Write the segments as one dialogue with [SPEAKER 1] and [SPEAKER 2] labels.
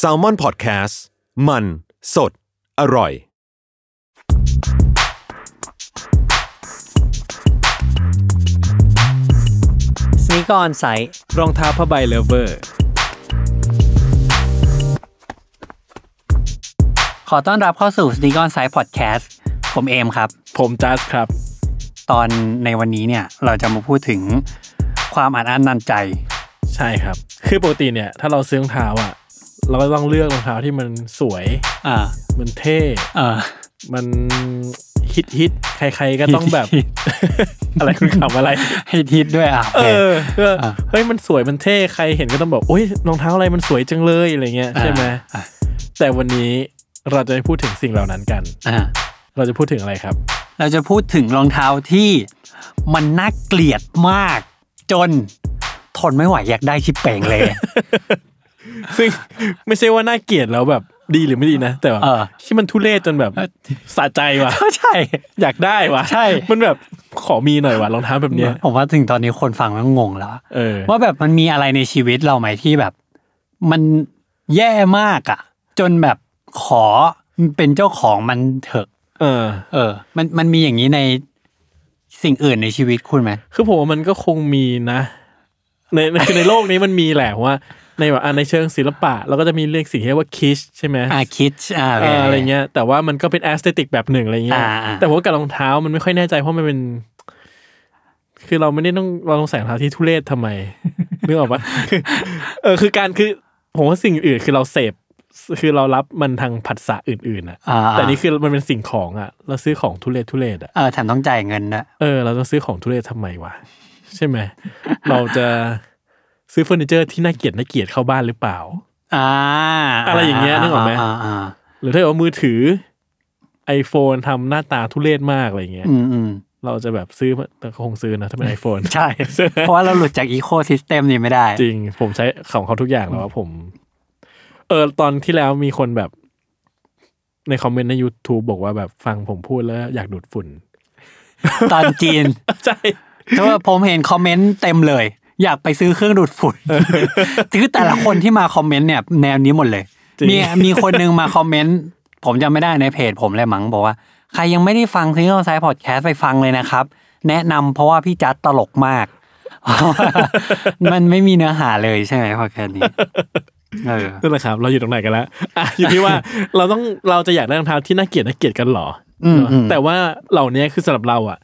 [SPEAKER 1] s a l m o n PODCAST มัน สด อร่อย
[SPEAKER 2] สนีกออนไซต์
[SPEAKER 3] รองเท้าผ้าใบเลเวอร์
[SPEAKER 2] ขอต้อนรับเข้าสู่สนีกออนไซต์พอดแคสต์ผมเอมครับ
[SPEAKER 3] ผมจัสครับ
[SPEAKER 2] ตอนในวันนี้เนี่ยเราจะมาพูดถึงความอัดอั้นนันใจ
[SPEAKER 3] ใช่ครับ คือปกติเนี่ย ถ้าเราซื้อรองเท้าอ่ะ เราก็ต้องเลือกรองเท้าที่มันสวย
[SPEAKER 2] อ่า
[SPEAKER 3] มันเท่
[SPEAKER 2] เอ่อ
[SPEAKER 3] มันฮิตฮิตๆใครๆก็ต้องแบบ
[SPEAKER 2] ฮิต
[SPEAKER 3] อะไรคุณขำอะไร
[SPEAKER 2] ให้ทิศด้วยอ่ะโอ
[SPEAKER 3] เอ
[SPEAKER 2] เค
[SPEAKER 3] อเออ
[SPEAKER 2] อ่ะ
[SPEAKER 3] เฮ้ยมันสวยมันเท่ใครเห็นก็ต้องบอกโอ้ยรองเท้าอะไรมันสวยจังเลยอะไรเงี้ยใช่ไหม
[SPEAKER 2] อ่ะ
[SPEAKER 3] แต่วันนี้เราจะไม่พูดถึงสิ่งเหล่านั้นกัน
[SPEAKER 2] อ่ะ
[SPEAKER 3] เราจะพูดถึงอะไรครับ
[SPEAKER 2] เราจะพูดถึงรองเท้าที่มันน่าเกลียดมาก จนทนไม่ไหวอยากได้ชิปเป่งเลย
[SPEAKER 3] ซึ่ง ไม่ใช่ว่าน่าเกลียดแล้วแบบดีหรือไม่ดีนะ แต่แบบ
[SPEAKER 2] เออ
[SPEAKER 3] ที่มันทุเรศจนแบบสะใจว่ะ
[SPEAKER 2] ก็ใช่
[SPEAKER 3] อยากได้วะ
[SPEAKER 2] ใช่
[SPEAKER 3] มันแบบขอมีหน่อยวะรองเท้าแบบเนี้ย
[SPEAKER 2] ผมว่าถึงตอนนี้คนฟังมันงงแล้ว
[SPEAKER 3] เออ
[SPEAKER 2] ว่าแบบมันมีอะไรในชีวิตเราไหมที่แบบ มันแย่มากอะ่ะ จนแบบขอเป็นเจ้าของมันเถอะ
[SPEAKER 3] เออ
[SPEAKER 2] เออ มันมันมีอย่างนี้ในสิ่งอื่นในชีวิตคุณไหม
[SPEAKER 3] คือผมว่ามันก็คงมีนะ ในคือในโลกนี้มันมีแหละว่า ในแบบอ่ะในเชิงศิลปะเราก็จะมีเรียกสิ่งที่เรียกว่าคิชใช่ไหม
[SPEAKER 2] อาคิดอ่า
[SPEAKER 3] เอออะไรเงี้ย แต่ว่ามันก็เป็นแอสเตติกแบบหนึ่งอะไรเงี้ย
[SPEAKER 2] อ่าอ่า
[SPEAKER 3] แต่ผมว่ากับรองเท้ามันไม่ค่อยแน่ใจเพราะมันเป็น คือเราไม่ได้ต้องเราต้องใส่รองเท้าที่ทุเรศ ทำไม นึกออกปะคือเออคือการคือผมว่าสิ่งอื่นคือเราเสพคือเรารับมันทางผัสสะอื่นๆอะ
[SPEAKER 2] อ่า
[SPEAKER 3] แต่นี่คือมันเป็นสิ่งของอ่ะ เราซื้อของทุเรศทุเรศอ่ะ
[SPEAKER 2] เออแถมต้องจ่ายเงินนะ
[SPEAKER 3] เออเราจะซื้อของทุเรศทำไมวะใช่ไหม เราจะซื้อเฟอร์นิเจอร์ที่น่าเกลียดน่าเกลียดเข้าบ้านหรือเปล่า
[SPEAKER 2] อ่า
[SPEAKER 3] อะไรอย่างเงี้ยนึกออกไหม
[SPEAKER 2] อ่าอ่า
[SPEAKER 3] หรือถ้าเกิดว่ามือถือ iPhone ทำหน้าตาทุเรศมากอะไรเงี้ย
[SPEAKER 2] อืมอืม
[SPEAKER 3] เราจะแบบซื้อมาแต่ก็คงซื้อนะถ้าเป็น iPhone
[SPEAKER 2] ใช่ เพราะว่าเราหลุดจากอีโคซิสเต็มนี้ไม่ได้
[SPEAKER 3] จริง ผมใช้ของเขาทุกอย่างแล้วว่าผม เออ ตอนที่แล้วมีคนแบบ ในคอมเมนต์ใน YouTube บอกว่าแบบฟังผมพูดแล้วอยากดูดฝุ่น
[SPEAKER 2] ตอนจีน
[SPEAKER 3] ใช่
[SPEAKER 2] เพราะว่าผมเห็นคอมเมนต์เต็มเลย อยากไปซื้อเครื่องดูดฝุ่นคือแต่ละคนที่มาคอมเมนต์เนี่ยแนวนี้หมดเลย
[SPEAKER 3] จริง
[SPEAKER 2] มีมีคนหนึงมาคอมเมนต์ผมจำไม่ได้ในเพจผมเลยมั้งบอกว่า ใครยังไม่ได้ฟังซีนอลไซด์พอดแคสต์ไปฟังเลยนะครับ แนะนำเพราะว่าพี่จัดตลกมาก มันไม่มีเนื้อหาเลยใช่ไหมพอดแคสต์นี้เออ
[SPEAKER 3] นั่นแหละครับเราอยู่ตรงไหนกันแล้วอ่ะอยู่ที่ว่า เราต้องเราจะอยากได้รองเท้าที่น่าเกลียดน่าเกลียดกันเหรอ
[SPEAKER 2] อืม
[SPEAKER 3] เนอะ
[SPEAKER 2] อืม
[SPEAKER 3] แต่ว่าเหล่านี้คือสำหรับเราอ่ะ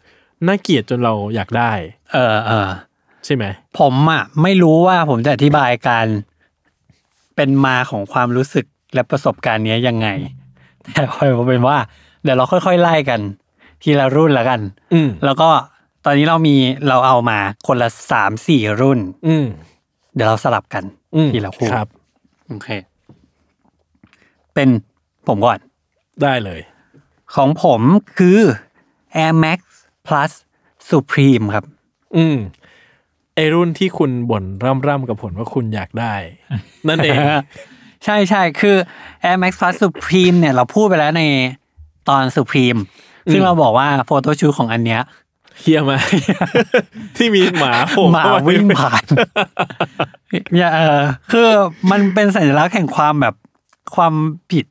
[SPEAKER 3] น่าเกลียดจนเราอยากได้
[SPEAKER 2] เออเออ
[SPEAKER 3] ใช่ไหม
[SPEAKER 2] ผมอ่ะไม่รู้ว่าผมจะอธิบายการเป็นมาของความรู้สึกและประสบการณ์เนี้ยยังไง แต่พอยเป็นว่า เดี๋ยวเราค่อยๆไล่กัน ทีละรุ่นละกัน
[SPEAKER 3] อืม
[SPEAKER 2] แล้วก็ตอนนี้เรามีเราเอามาคนละสามสี่รุ่น
[SPEAKER 3] อืม
[SPEAKER 2] เดี๋ยวเราสลับกัน
[SPEAKER 3] อืม
[SPEAKER 2] ทีละคู่
[SPEAKER 3] ครับ
[SPEAKER 2] โอเค เป็นผมก่อน
[SPEAKER 3] ได้เลย
[SPEAKER 2] ของผมคือ Air Max Plus Supreme ครับ
[SPEAKER 3] อืมไอรุ่นที่คุณบ่นร่ำๆกับผลว่าคุณอยาก ได้ นั่นเอง
[SPEAKER 2] ใช่ใช่คือ Air Max Plus Supreme เนี่ยเราพูดไปแล้วในตอน Supreme ซึ่งเราบอกว่าโฟโต้ชูตของอันเนี้ย
[SPEAKER 3] เฮีย มาก ที่มีหมาโผล่
[SPEAKER 2] หมา
[SPEAKER 3] เข้ไป
[SPEAKER 2] วิ่ง ผ่านอย่าเออคือมันเป็นสัญลักษณ์แห่งความแบบความผิด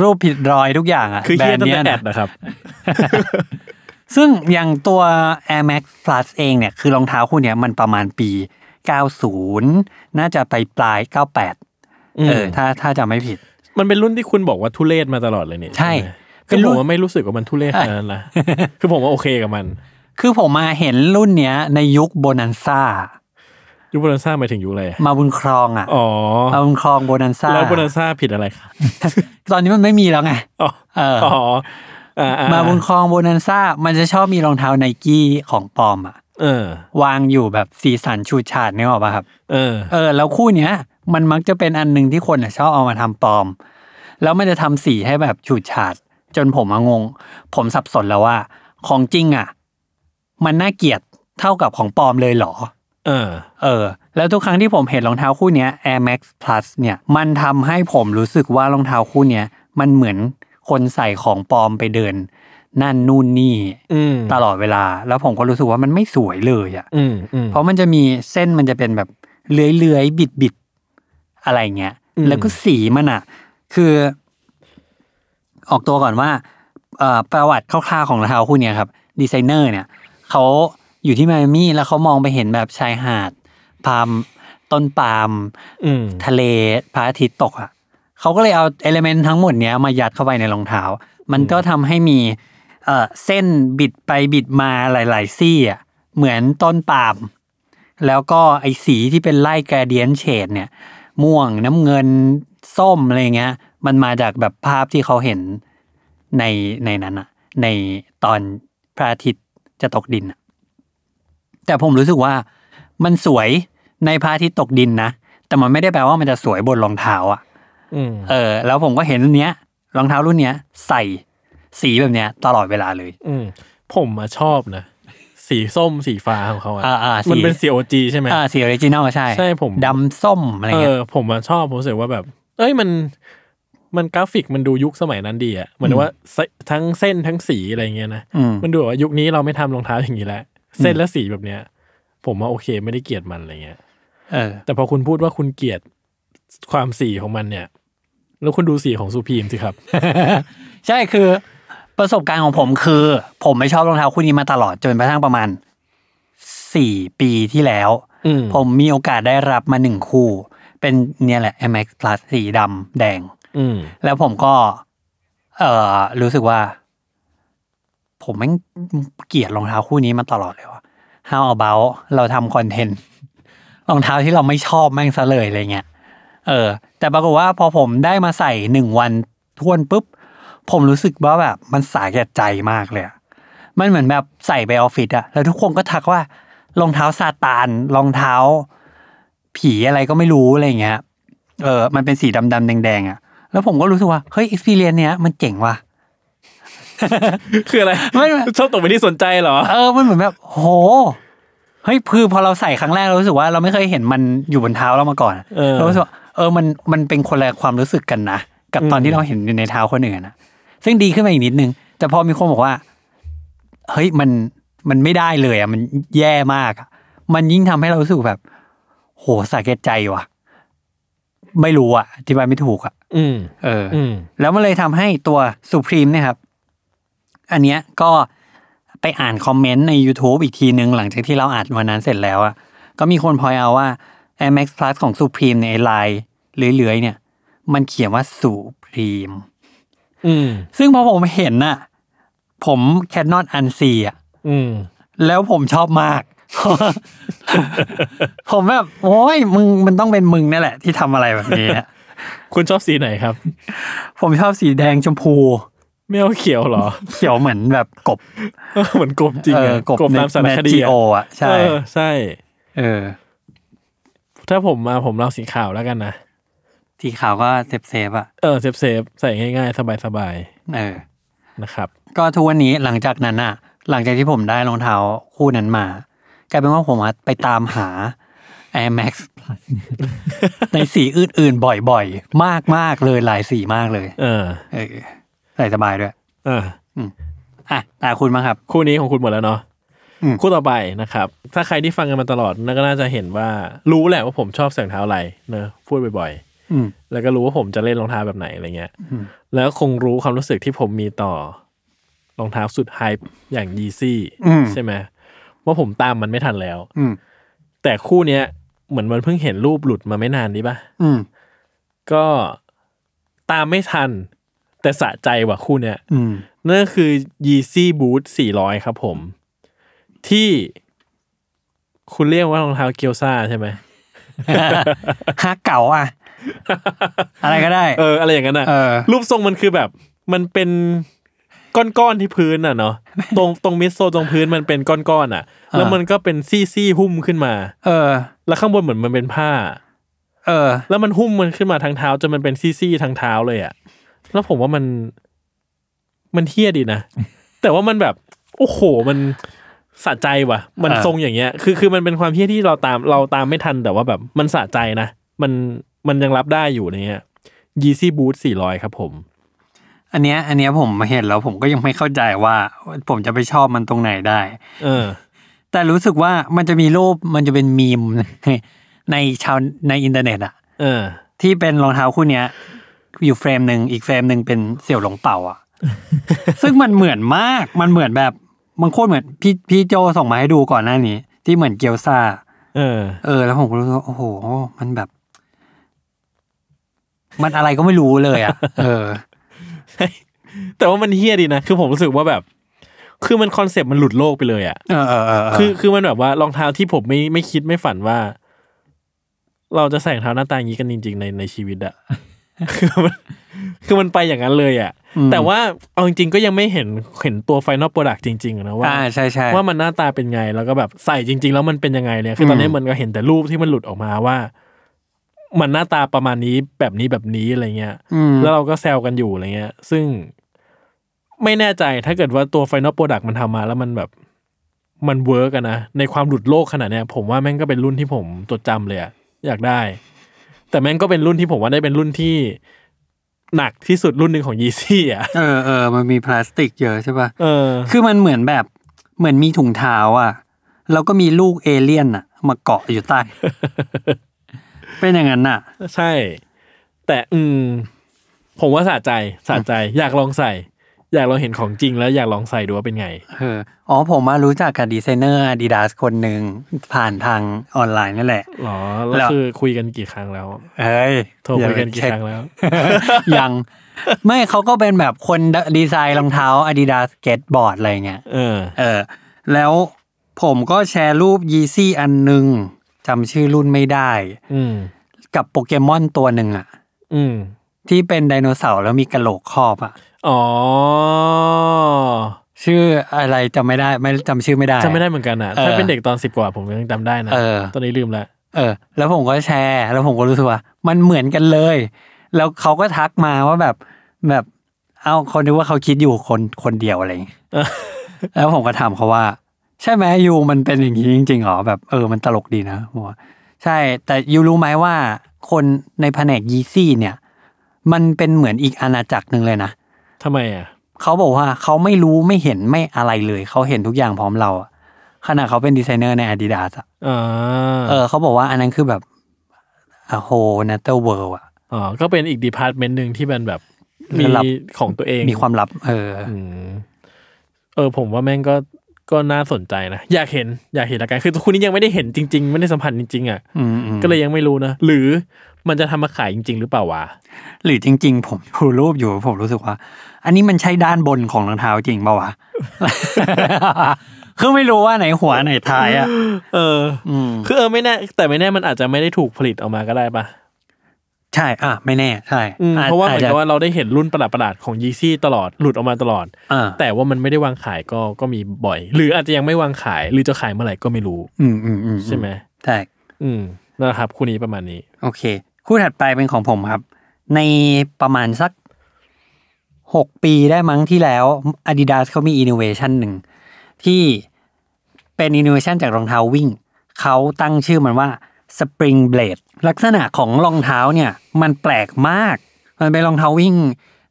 [SPEAKER 2] รูปผิดรอยทุกอย่างอะ
[SPEAKER 3] คือ
[SPEAKER 2] แบร
[SPEAKER 3] เฮีย
[SPEAKER 2] นด์
[SPEAKER 3] ตั้ง
[SPEAKER 2] เนี้ย
[SPEAKER 3] แต่แอ
[SPEAKER 2] นะ
[SPEAKER 3] ดนะครับ
[SPEAKER 2] ซึ่งอย่างตัว Air Max Plus เองเนี่ยคือรองเท้าคู่เนี้ยมันประมาณปี 90 น่าจะไปปลาย 98 เออ ถ้าถ้าจะไม่ผิด
[SPEAKER 3] มันเป็นรุ่นที่คุณบอกว่าทุเรศมาตลอดเลยเนี่ย
[SPEAKER 2] ใช่
[SPEAKER 3] ไหม
[SPEAKER 2] เป็
[SPEAKER 3] คือน
[SPEAKER 2] รุ่
[SPEAKER 3] ผ
[SPEAKER 2] น
[SPEAKER 3] มว่าไม่รู้สึกว่ามันทุเรศขนาดนั้น นะคือผมว่าโอเคกับมัน
[SPEAKER 2] คือผมมาเห็นรุ่นเนี้ยในยุคโบนันซ่า
[SPEAKER 3] ยุคโบนันซ่าหมายถึงยุคอะไร
[SPEAKER 2] มาบุญครองอ่ะ
[SPEAKER 3] อ๋อ
[SPEAKER 2] มาบุญครองโบนันซ่า
[SPEAKER 3] แล้วโบนันซ่าผิดอะไรครับ
[SPEAKER 2] ตอนนี้มันไม่มีแล้วไง
[SPEAKER 3] อ๋อ
[SPEAKER 2] เอออ
[SPEAKER 3] อ๋ออ่าๆ
[SPEAKER 2] มาบุญครองโบนันซ่ามันจะชอบมีรองเท้าไนกี้ของปลอมอ่ะ
[SPEAKER 3] เออ
[SPEAKER 2] วางอยู่แบบสีสันชูดชาดนึกออกป่ะครับ
[SPEAKER 3] เออ
[SPEAKER 2] เออแล้วคู่เนี้ย มันมักจะเป็นอันหนึ่งที่คนอะชอบเอามาทำปลอม แล้วมันจะทำสีให้แบบฉูดฉาด จนผมอะงง ผมสับสนแล้วว่า ของจริงอ่ะ มันน่าเกลียดเท่ากับของปลอมเลยเหรอ
[SPEAKER 3] เออ
[SPEAKER 2] เออ แล้วทุกครั้งที่ผมเห็นรองเท้าคู่เนี้ย Air Max Plus เนี่ย มันทำให้ผมรู้สึกว่ารองเท้าคู่เนี้ย มันเหมือนคนใส่ของปลอมไปเดิน นั่นนู่นนี่
[SPEAKER 3] อืม
[SPEAKER 2] ตลอดเวลา แล้วผมก็รู้สึกว่ามันไม่สวยเลยอะ่ะ
[SPEAKER 3] อืมอืม
[SPEAKER 2] เพราะมันจะมีเส้นมันจะเป็นแบบเลื้อยๆบิดๆ อะไรเงี้ย
[SPEAKER 3] อืม
[SPEAKER 2] แล้วก็สีมันอะ่ะ คือ ออกตัวก่อนว่าเอ่อประวัติคร่าวๆของรองเท้าคู่เนี้ยครับ ดีไซเนอร์เนี่ย เขาอยู่ที่ไมอามี่แล้วเขามองไปเห็นแบบชายหาดพาล์มต้นปาล์ม
[SPEAKER 3] อืม
[SPEAKER 2] ทะเลพระอาทิตย์ตกอ่ะเขาก็เลยเอาเอลเมนต์ทั้งหมดเนี้ยมายัดเข้าไปในรองเท้า มันก็ทำให้มีเอ่อเส้นบิดไปบิดมาหลาย ๆ ซี่อ่ะเหมือนต้นปาล์มแล้วก็ไอสีที่เป็นไล่กรเดียนเฉดเนี่ย ม่วงน้ำเงินส้มอะไรเงี้ย มันมาจากแบบภาพที่เขาเห็นในในนั้นอะในตอนพระอาทิตย์จะตกดินอะแต่ผมรู้สึกว่ามันสวยในพระอาทิตย์ตกดินนะ แต่มันไม่ได้แปลว่ามันจะสวยบนรองเท้าอะ
[SPEAKER 3] อืม
[SPEAKER 2] เออ แล้วผมก็เห็นเนี้ยรองเท้ารุ่นเนี้ย ใส่สีแบบเนี้ย ตลอดเวลาเลย
[SPEAKER 3] อืมผมอะชอบนะ สีส้มสีฟ้าของเขาอะ
[SPEAKER 2] อ่าอ่าสี
[SPEAKER 3] มันเป็น COG ใช่ไหม
[SPEAKER 2] อ่าสีออริจินอลใช่
[SPEAKER 3] ใช่ผม
[SPEAKER 2] ดำส้มอะไร
[SPEAKER 3] เอ
[SPEAKER 2] เงี้ย
[SPEAKER 3] อผมอะชอบผมรู้สึกว่าแบบ เอ้ยมันมันกราฟิกมันดูยุคสมัยนั้นดีอะเหมือนว่าเสทั้งเส้นทั้งสีอะไรเงี้ยนะ
[SPEAKER 2] อืม
[SPEAKER 3] มันดูแบบว่ายุคนี้เราไม่ทำรองเท้าอย่างนี้แล้วเส้นและสีแบบเนี้ย ผมว่าโอเคไม่ได้เกลียดมันอะไรเงี้ย
[SPEAKER 2] เออ
[SPEAKER 3] แต่พอคุณพูดว่าคุณเกลียดความสีของมันเนี่ย แล้วคุณดูสีของซูพีมสิครับ
[SPEAKER 2] ใช่คือประสบการณ์ของผมคือ ผมไม่ชอบรองเท้าคู่นี้มาตลอดจนกระทั่งประมาณสี่ปีที่แล้ว
[SPEAKER 3] อืม
[SPEAKER 2] ผมมีโอกาสได้รับมาหนึ่งคู่ เป็นเนี่ยแหละ MX Plus สีดำแดง
[SPEAKER 3] อืม
[SPEAKER 2] แล้วผมก็ เออรู้สึกว่า ผมแม่งเกลียดรองเท้าคู่นี้มาตลอดเลยว่ะ How about เราทำคอนเทนต์ รองเท้าที่เราไม่ชอบแม่งซะเลยอะไรเงี้ย เออ แต่ปรากฏว่าพอผมได้มาใส่หนึ่งวันทวนปุ๊บ ผมรู้สึกว่าแบบมันสาแก่ใจมากเลยอะมันเหมือนแบบใส่ไปออฟฟิศอะแล้วทุกคนก็ทักว่ารองเท้าซาตานรองเท้า ผีอะไรก็ไม่รู้อะไรเงี้ย เออ มันเป็นสีดำดำแดงแดงๆอะแล้วผมก็รู้สึกว่า เฮ้ย experience เนี้ยมันเจ๋งว่ะ
[SPEAKER 3] คืออะไร
[SPEAKER 2] ไม่ไม่
[SPEAKER 3] ชอบตกไปนที่สนใจเหรอ
[SPEAKER 2] เออ มันเหมือนแบบ โห เฮ้ยคือพอเราใส่ครั้งแรกเรารู้สึกว่าเราไม่เคยเห็นมันอยู่บนเท้าเรามาก่อน
[SPEAKER 3] เออ
[SPEAKER 2] รู้สึกว่าเออ มัน มันเป็นคนละความรู้สึกกันนะ กับตอน
[SPEAKER 3] อืม
[SPEAKER 2] ที่เราเห็นอยู่ในเท้าคนอื่นนะซึ่งดีขึ้นมาอีกนิดนึง แต่พอมีคนบอกว่า เฮ้ย มัน มันไม่ได้เลยอ่ะ มันแย่มากอะมันยิ่งทำให้เรารู้สึกแบบ โหสะเก็ดใจว่ะ ไม่รู้อ่ะอธิบายไม่ถูกอ่ะ
[SPEAKER 3] อืม
[SPEAKER 2] เอออ
[SPEAKER 3] อืม
[SPEAKER 2] แล้วมันเลยทำให้ตัว Supreme เนะครับ อันเนี้ยก็ไปอ่านคอมเมนต์ใน YouTube อีกทีนึง หลังจากที่เราอ่านวันนั้นเสร็จแล้วอะก็มีคนพอยเอาว่า Air Max Plus ของ Supreme ในยไอ้ลายเลื้อยๆเนี่ย มันเขียนว่า Supreme
[SPEAKER 3] อืม
[SPEAKER 2] ซึ่งพอผมเห็นน่ะ ผมแคนนอนอันซีอะ
[SPEAKER 3] อืม
[SPEAKER 2] แล้วผมชอบมาก ผมแบบ โอ้ยมึงมันต้องเป็นมึงนั่นแหละ ที่ทำอะไรแบบนี้อะ
[SPEAKER 3] คุณชอบสีไหนครับ
[SPEAKER 2] ผมชอบสีแดงชมพู
[SPEAKER 3] ไม่เอาเขียวเหรอ
[SPEAKER 2] เขียวเหมือนแบบกบ
[SPEAKER 3] เหมือนกบจริง
[SPEAKER 2] เอ
[SPEAKER 3] อะ
[SPEAKER 2] อก
[SPEAKER 3] บตามสารคดี
[SPEAKER 2] จี
[SPEAKER 3] อะ
[SPEAKER 2] โออ่ะ ใช่
[SPEAKER 3] เออใช่
[SPEAKER 2] เออ
[SPEAKER 3] ถ้าผมมาผมเอาสีขาวแล้วกันนะ
[SPEAKER 2] ทีขาวก็เซฟเซฟๆอ่ะ
[SPEAKER 3] เออเซฟเซฟใส่ง่ายๆ สบาย
[SPEAKER 2] เออ
[SPEAKER 3] ๆ นะครับ
[SPEAKER 2] ก็ทุกวันนี้หลังจากนั้นอ่ะ หลังจากที่ผมได้รองเท้าคู่นั้นมากลายเป็นว่าผมอะไปตามหา Air Max Plus ในสีอื่นๆ บ่อยๆ มากๆเลยหลายสีมากเลย
[SPEAKER 3] เออ
[SPEAKER 2] เออใส่สบายด้วย
[SPEAKER 3] เออ
[SPEAKER 2] อ่ะตาคุณมั้างครับ
[SPEAKER 3] คู่นี้ของคุณหมดแล้วเนาะ
[SPEAKER 2] อืม
[SPEAKER 3] คู่ต่อไปนะครับ ถ้าใครที่ฟังกันมาตลอดน่าก็น่าจะเห็นว่า รู้แหละว่าผมชอบใส่รองเท้าอะไรเนอะพูดบ่อย
[SPEAKER 2] อืม
[SPEAKER 3] ๆ แล้วก็รู้ว่าผมจะเล่นรองเท้าแบบไหนอะไรเงี้ย
[SPEAKER 2] อืม
[SPEAKER 3] แล้วคงรู้ความรู้สึกที่ผมมีต่อรองเท้าสุดไฮป์อย่างยีซี่
[SPEAKER 2] อืม
[SPEAKER 3] ใช่ไหมว่าผมตามมันไม่ทันแล้ว
[SPEAKER 2] อืม
[SPEAKER 3] แต่คู่เนี้ยเหมือนมันเพิ่งเห็นรูปหลุดมาไม่นานนี้ปะ
[SPEAKER 2] อืม
[SPEAKER 3] ก็ตามไม่ทัน แต่สะใจว่ะคู่เนี้ย
[SPEAKER 2] อืม
[SPEAKER 3] นั่นก็คือ Yeezy Boost 400 ครับผม ที่คุณเรียกว่ารองเท้าเกียวซ่าใช่ไหม
[SPEAKER 2] ฮะเก่าอ่ะ อะไรก็ได้
[SPEAKER 3] เออ อะไรอย่างนั้นอ่ะ
[SPEAKER 2] เออ
[SPEAKER 3] รูปทรงมันคือแบบ มันเป็นก้อนๆที่พื้นอ่ะเนาะ ตรงตรงมิดโซนตรงพื้นมันเป็นก้อนๆอ่ะ แล้วมันก็เป็นซี่ๆหุ้มขึ้นมา
[SPEAKER 2] เออ
[SPEAKER 3] แล้วข้างบนเหมือนมันเป็นผ้า
[SPEAKER 2] เอ เออ
[SPEAKER 3] แล้วมันหุ้มมันขึ้นมาทางเท้าจนมันเป็นซี่ๆทางเท้าเลยอะแล้วผมว่ามันมันเฮี้ยดีนะ แต่ว่ามันแบบ โอ้โหมันสะใจว่ะ มัน
[SPEAKER 2] เออ
[SPEAKER 3] ทรงอย่างเงี้ย คือคือมันเป็นความเฮี้ยที่เราตามเราตามไม่ทันแต่ว่าแบบมันสะใจนะ มันมันยังรับได้อยู่เนี่ยยีซี่บูทสี่ร้อยครับผม
[SPEAKER 2] อันเนี้ยอันเนี้ยผมเห็นแล้วผมก็ยังไม่เข้าใจว่า ผมจะไปชอบมันตรงไหนได้
[SPEAKER 3] เออ
[SPEAKER 2] แต่รู้สึกว่ามันจะมีรูปมันจะเป็นมีม ในชาวในอินเทอร์เน็ตอะ
[SPEAKER 3] เออ
[SPEAKER 2] ที่เป็นรองเท้าคู่เนี้ย อยู่เฟรมหนึ่งอีกเฟรมหนึ่งเป็นเสี่ยวหลงเป่า อะ ซึ่งมันเหมือนมากมันเหมือนแบบมันโคตรเหมือนพี่พี่โจส่งมาให้ดูก่อนหน้านี้ ที่เหมือนเกียวซา
[SPEAKER 3] เออ
[SPEAKER 2] เออ แล้วผมก็รู้สึกว่าโอ้โห มันแบบ มันอะไรก็ไม่รู้เลยอะเออ
[SPEAKER 3] แต่ว่ามันเฮี้ยดีนะ คือผมรู้สึกว่าแบบ คือมันคอนเซปต์มันหลุดโลกไปเลยอะ
[SPEAKER 2] เออเออเออเออ
[SPEAKER 3] คือคือมันแบบว่ารองเท้าที่ผมไม่ไม่คิดไม่ฝันว่า เราจะใส่รองเท้าหน้าตาอย่างนี้กันจริง ๆ ในในชีวิตอะ คือมันคือมันไปอย่างนั้นเลยอะ
[SPEAKER 2] อืม
[SPEAKER 3] แต่ว่าเอาจริงๆก็ยังไม่เห็นเห็นตัวไฟนอลโปรดักต์จริงๆอะนะว่า
[SPEAKER 2] อ่าใช่ใช่
[SPEAKER 3] ว่ามันหน้าตาเป็นไงแล้วก็แบบใส่จริง ๆ แล้วมันเป็นยังไงเนี่ยคือตอนนี้
[SPEAKER 2] อืม
[SPEAKER 3] มันก็เห็นแต่รูปที่มันหลุดออกมาว่า มันหน้าตาประมาณนี้แบบนี้แบบนี้อะไรเงี้ย
[SPEAKER 2] อืม
[SPEAKER 3] แล้วเราก็แซวกันอยู่อะไรเงี้ย ซึ่งไม่แน่ใจถ้าเกิดว่าตัว Final Product มันทำมาแล้วมันแบบ มันเวิร์กอะนะ ในความหลุดโลกขนาดเนี้ย ผมว่าแม่งก็เป็นรุ่นที่ผมจดจำเลยอะอยากได้ แต่แม่งก็เป็นรุ่นที่ผมว่าได้เป็นรุ่นที่ หนักที่สุดรุ่นหนึ่งของยีซี่อะ
[SPEAKER 2] เออเออ มันมีพลาสติกเยอะใช่ปะ่ะ
[SPEAKER 3] เออ
[SPEAKER 2] คือมันเหมือนแบบ เหมือนมีถุงเท้าอ่ะ แล้วก็มีลูกเอเลี่ยนอ่ะ มาเกาะอยู่ใต้ เป็นอย่างนั้นน่ะ
[SPEAKER 3] ใช่ แต่อืม ผมว่าสะใจสะใจ อยากลองใส่ อยากลองเห็นของจริงแล้วอยากลองใส่ดูว่าเป็นไง
[SPEAKER 2] เออ อ๋อ ผมมารู้จักกับดีไซเนอร์อาดิดาสคนหนึ่งผ่านทางออนไลน์นั่นแหละ
[SPEAKER 3] หรอแล้วคือคุยกันกี่ครั้งแล้ว
[SPEAKER 2] เฮ้ย
[SPEAKER 3] โทรคุยกันกี่
[SPEAKER 2] เช็
[SPEAKER 3] ครั้งแล้ว
[SPEAKER 2] ยัง ไม่เขาก็เป็นแบบคนดีไซน์รองเท้าอาดิดาสเก็ตบอร์ดอะไรเงี้ย
[SPEAKER 3] เออ
[SPEAKER 2] เออ แล้วผมก็แชร์รูปยีซี่อันหนึ่งจำชื่อรุ่นไม่ได้
[SPEAKER 3] อืม
[SPEAKER 2] กับโปเกมอนตัวหนึ่งอ่ะ
[SPEAKER 3] อืม
[SPEAKER 2] ที่เป็นไดโนเสาร์แล้วมีกระโหลกครอบอะ
[SPEAKER 3] อ๋อ
[SPEAKER 2] ชื่ออะไรจำไม่ได้ไม่จำชื่อไม่ได้
[SPEAKER 3] จำไม่ได้เหมือนกันอ่ะ
[SPEAKER 2] เออ
[SPEAKER 3] ถ้าเป็นเด็กตอนสิบกว่าผมยังจำได้นะ
[SPEAKER 2] เออ
[SPEAKER 3] ตอนนี้ลืมละ
[SPEAKER 2] เออ แล้วผมก็แชร์ แล้วผมก็รู้สึกว่า มันเหมือนกันเลย แล้วเขาก็ทักมาว่าแบบแบบเอาคนนึกว่าเขาคิดอยู่คนคนเดียวอะไรอย่างเงี้ย
[SPEAKER 3] เออ
[SPEAKER 2] แล้วผมก็ถามเขาว่า ใช่ไหมยูมันเป็นอย่างนี้จริงๆหรอแบบเออมันตลกดีนะผมว่าใช่ แต่ยูรู้ไหมว่า คนในแผนกยีซี่เนี่ย มันเป็นเหมือนอีกอาณาจักรหนึ่งเลยนะ
[SPEAKER 3] ทำไมอ่ะ
[SPEAKER 2] เขาบอกว่าเขาไม่รู้ไม่เห็นไม่อะไรเลย เขาเห็นทุกอย่างพร้อมเราอะขณะเขาเป็นดีไซเนอร์ใน Adidas อะ
[SPEAKER 3] อ๋อ
[SPEAKER 2] เออเขาบอกว่าอันนั้นคือแบบอโฮนัตเตอร์เวิร์อะ
[SPEAKER 3] อ๋อ ก็เป็นอีกดีพาร์ตเมนต์หนึ่งที่มันแบบ มี
[SPEAKER 2] ลับ
[SPEAKER 3] ของตัวเอง
[SPEAKER 2] มีความลับ เออ
[SPEAKER 3] อืมเออ ผมว่าแม่งก็ ก็น่าสนใจนะ อยากเห็น อยากเห็นละกัน คือคุณนี้ยังไม่ได้เห็นจริง ๆ ไม่ได้สัมผัสจริงๆอ่ะ
[SPEAKER 2] อืมอืม
[SPEAKER 3] ก็เลยยังไม่รู้นะ หรือมันจะทำมาขายจริง ๆ หรือเปล่าวะ
[SPEAKER 2] หรือจริง ๆ ผมดูรูปอยู่ผมรู้สึกว่า อันนี้มันใช่ด้านบนของรองเท้าจริงเปล่าวะ คือไม่รู้ว่าไหนหัวไหนท้ายอะ
[SPEAKER 3] เออ
[SPEAKER 2] อืม
[SPEAKER 3] คือเออไม่แน่ แต่ไม่แน่มันอาจจะไม่ได้ถูกผลิตออกมาก็ได้ปะ
[SPEAKER 2] ใช่อ่ะไม่แน่ ใช่
[SPEAKER 3] อืม
[SPEAKER 2] อจ
[SPEAKER 3] เพราะว่าเหมือน
[SPEAKER 2] จ
[SPEAKER 3] กับ
[SPEAKER 2] จะ
[SPEAKER 3] ว่าเราได้เห็นรุ่นประหลาดๆของยีซี่ตลอดหลุดออกมาตลอด
[SPEAKER 2] อ่า
[SPEAKER 3] แต่ว่ามันไม่ได้วางขายก็ก็มีบ่อย หรืออาจจะยังไม่วางขาย หรือจะขายเมื่อไหร่ก็ไม่รู้
[SPEAKER 2] อืมอืมอืม
[SPEAKER 3] ใช่ไหม
[SPEAKER 2] ใช่
[SPEAKER 3] อืมนะครับคู่นี้ประมาณนี้
[SPEAKER 2] โอเค คู่ถัดไปเป็นของผมครับ ในประมาณสักหกปีได้มั้งที่แล้ว Adidas เขามีอินโนเวชันหนึ่ง ที่เป็นอินโนเวชันจากรองเท้าวิ่ง เขาตั้งชื่อมันว่า Spring Blade ลักษณะของรองเท้าเนี่ย มันแปลกมาก มันเป็นรองเท้าวิ่ง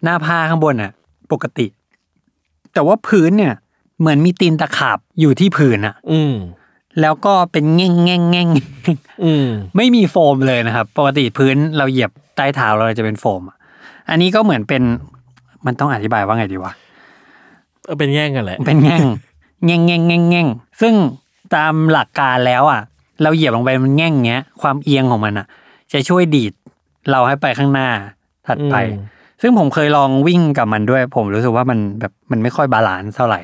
[SPEAKER 2] หน้าผ้าข้างบนอะปกติ แต่ว่าพื้นเนี่ย เหมือนมีตีนตะขาบอยู่ที่พื้นอะ
[SPEAKER 3] อืม
[SPEAKER 2] แล้วก็เป็นแง่งแง่งแง่ง
[SPEAKER 3] อืม
[SPEAKER 2] ไม่มีโฟมเลยนะครับ ปกติพื้นเราเหยียบใต้เท้าเราจะเป็นโฟมอะอันนี้ก็เหมือนเป็นมันต้องอธิบายว่าไงดีวะ
[SPEAKER 3] เออเป็นแย่งกันแหละ
[SPEAKER 2] เป็นแง่ง แง่งแง่งแง่งแง่งซึ่งตามหลักการแล้วอ่ะ เราเหยียบลงไปมันแง่งเงี้ย ความเอียงของมันอ่ะ จะช่วยดีดเราให้ไปข้างหน้าถัดไป
[SPEAKER 3] อืม
[SPEAKER 2] ซึ่งผมเคยลองวิ่งกับมันด้วย ผมรู้สึกว่ามันแบบมันไม่ค่อยบาลานซ์เท่าไหร่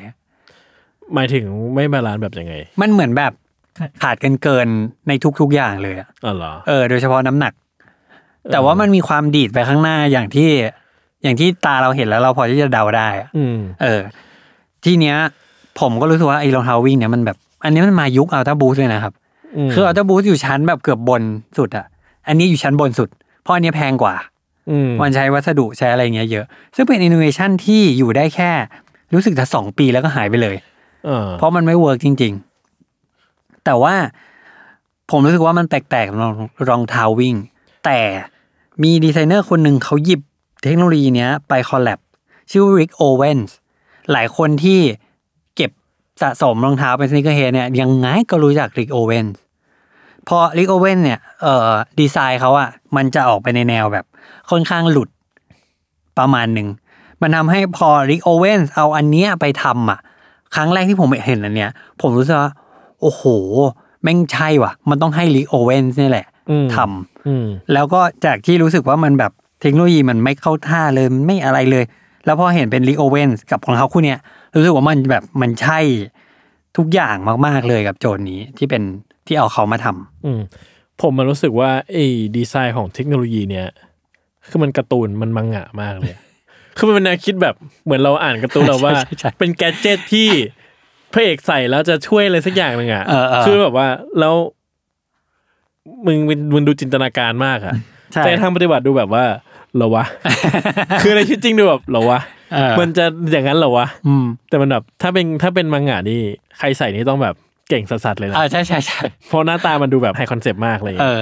[SPEAKER 3] หมายถึงไม่บาลานซ์แบบยังไง
[SPEAKER 2] มันเหมือนแบบขาดกันเกินในทุก ๆอย่างเลยอะ
[SPEAKER 3] อ๋อเหรอ
[SPEAKER 2] เออโดยเฉพาะน้ำหนัก แต่ว่ามันมีความดีดไปข้างหน้าอย่างที่ อย่างที่ตาเราเห็นแล้วเราพอที่จะเดาได้อะ
[SPEAKER 3] อืม
[SPEAKER 2] เออ ทีเนี้ย ผมก็รู้สึกว่าไอ้รองเท้าวิ่งเนี่ยมันแบบ อันนี้มันมายุคอัลต้าบูสเลยนะครับ
[SPEAKER 3] ม
[SPEAKER 2] คืออัลต้าบูสอยู่ชั้นแบบเกือบบนสุดอะ อันนี้อยู่ชั้นบนสุด เพราะอันนี้แพงกว่า
[SPEAKER 3] อืม
[SPEAKER 2] มันใช้วัสดุใช้อะไรอย่างเงี้ยเยอะ ซึ่งเป็นอินโนเวชันที่อยู่ได้แค่รู้สึกจะสองปีแล้วก็หายไปเลย
[SPEAKER 3] เออ
[SPEAKER 2] เพราะมันไม่เวิร์กจริง ๆ แต่ว่าผมรู้สึกว่ามันแปลกๆสำหรับรองเท้าวิ่ง แต่มีดีไซเนอร์คนหนึ่งเขาหยิบเทคโนโลยีเนี้ยไปคอลแลบชื่อริกโอเวนส์หลายคนที่เก็บสะสมรองเท้าเป็นสนิเกอร์เฮดเนี่ยยังไงก็รู้จักริกโอเวนส์พอริกโอเวนเนี่ยเอ่อดีไซน์เขาอะมันจะออกไปในแนวแบบค่อนข้างหลุดประมาณหนึ่ง มันทำให้พอริกโอเวนส์เอาอันเนี้ยไปทำอ่ะ ครั้งแรกที่ผมเห็นอันเนี้ย ผมรู้สึกว่า โอ้โห แม่งใช่ว่ะ มันต้องให้ริกโอเวนส์นี่แหละ
[SPEAKER 3] อืม
[SPEAKER 2] ทำ
[SPEAKER 3] อืม
[SPEAKER 2] แล้วก็จากที่รู้สึกว่ามันแบบเทคโนโลยีมันไม่เข้าท่าเลยมันไม่อะไรเลย แล้วพอเห็นเป็นริกโอเวนส์กับของเขาคู่เนี้ยรู้สึกว่ามันแบบมันใช่ทุกอย่างมากๆเลยกับโจทย์นี้ที่เป็นที่เอาเขามาทำ
[SPEAKER 3] อืมผมมันรู้สึกว่าไอ้ดีไซน์ของเทคโนโลยีเนี่ย คือมันการ์ตูนมันมังงะ มากเลย คือมันเป็นแนวคิดแบบเหมือนเราอ่านการ์ตูนเราว่า
[SPEAKER 2] ใช่ใช่
[SPEAKER 3] เป็นแกดเจิตที่พระเอกใส่แล้วจะช่วยอะไรสักอย่างหนึ่งอ่ะ
[SPEAKER 2] เออเออ
[SPEAKER 3] คือแบบว่าแล้วมึงมึงดูจินตนาการมากอ่ะ
[SPEAKER 2] ใช่
[SPEAKER 3] แต่ทางปฏิบัติดูแบบว่าเหร อวะ คือในชีวิตจริงดูแบบเหรอวะ
[SPEAKER 2] เออ
[SPEAKER 3] มันจะอย่างนั้นเหรอวะ
[SPEAKER 2] อืม
[SPEAKER 3] แต่มันแบบถ้าเป็นถ้าเป็นมังงะนี่ใครใส่นี่ต้องแบบเก่งสัสๆเลยนะ
[SPEAKER 2] อ่าใช่ใช่ใช่
[SPEAKER 3] เพราะหน้าตามันดูแบบไฮคอนเซปต์มากเลย
[SPEAKER 2] เออ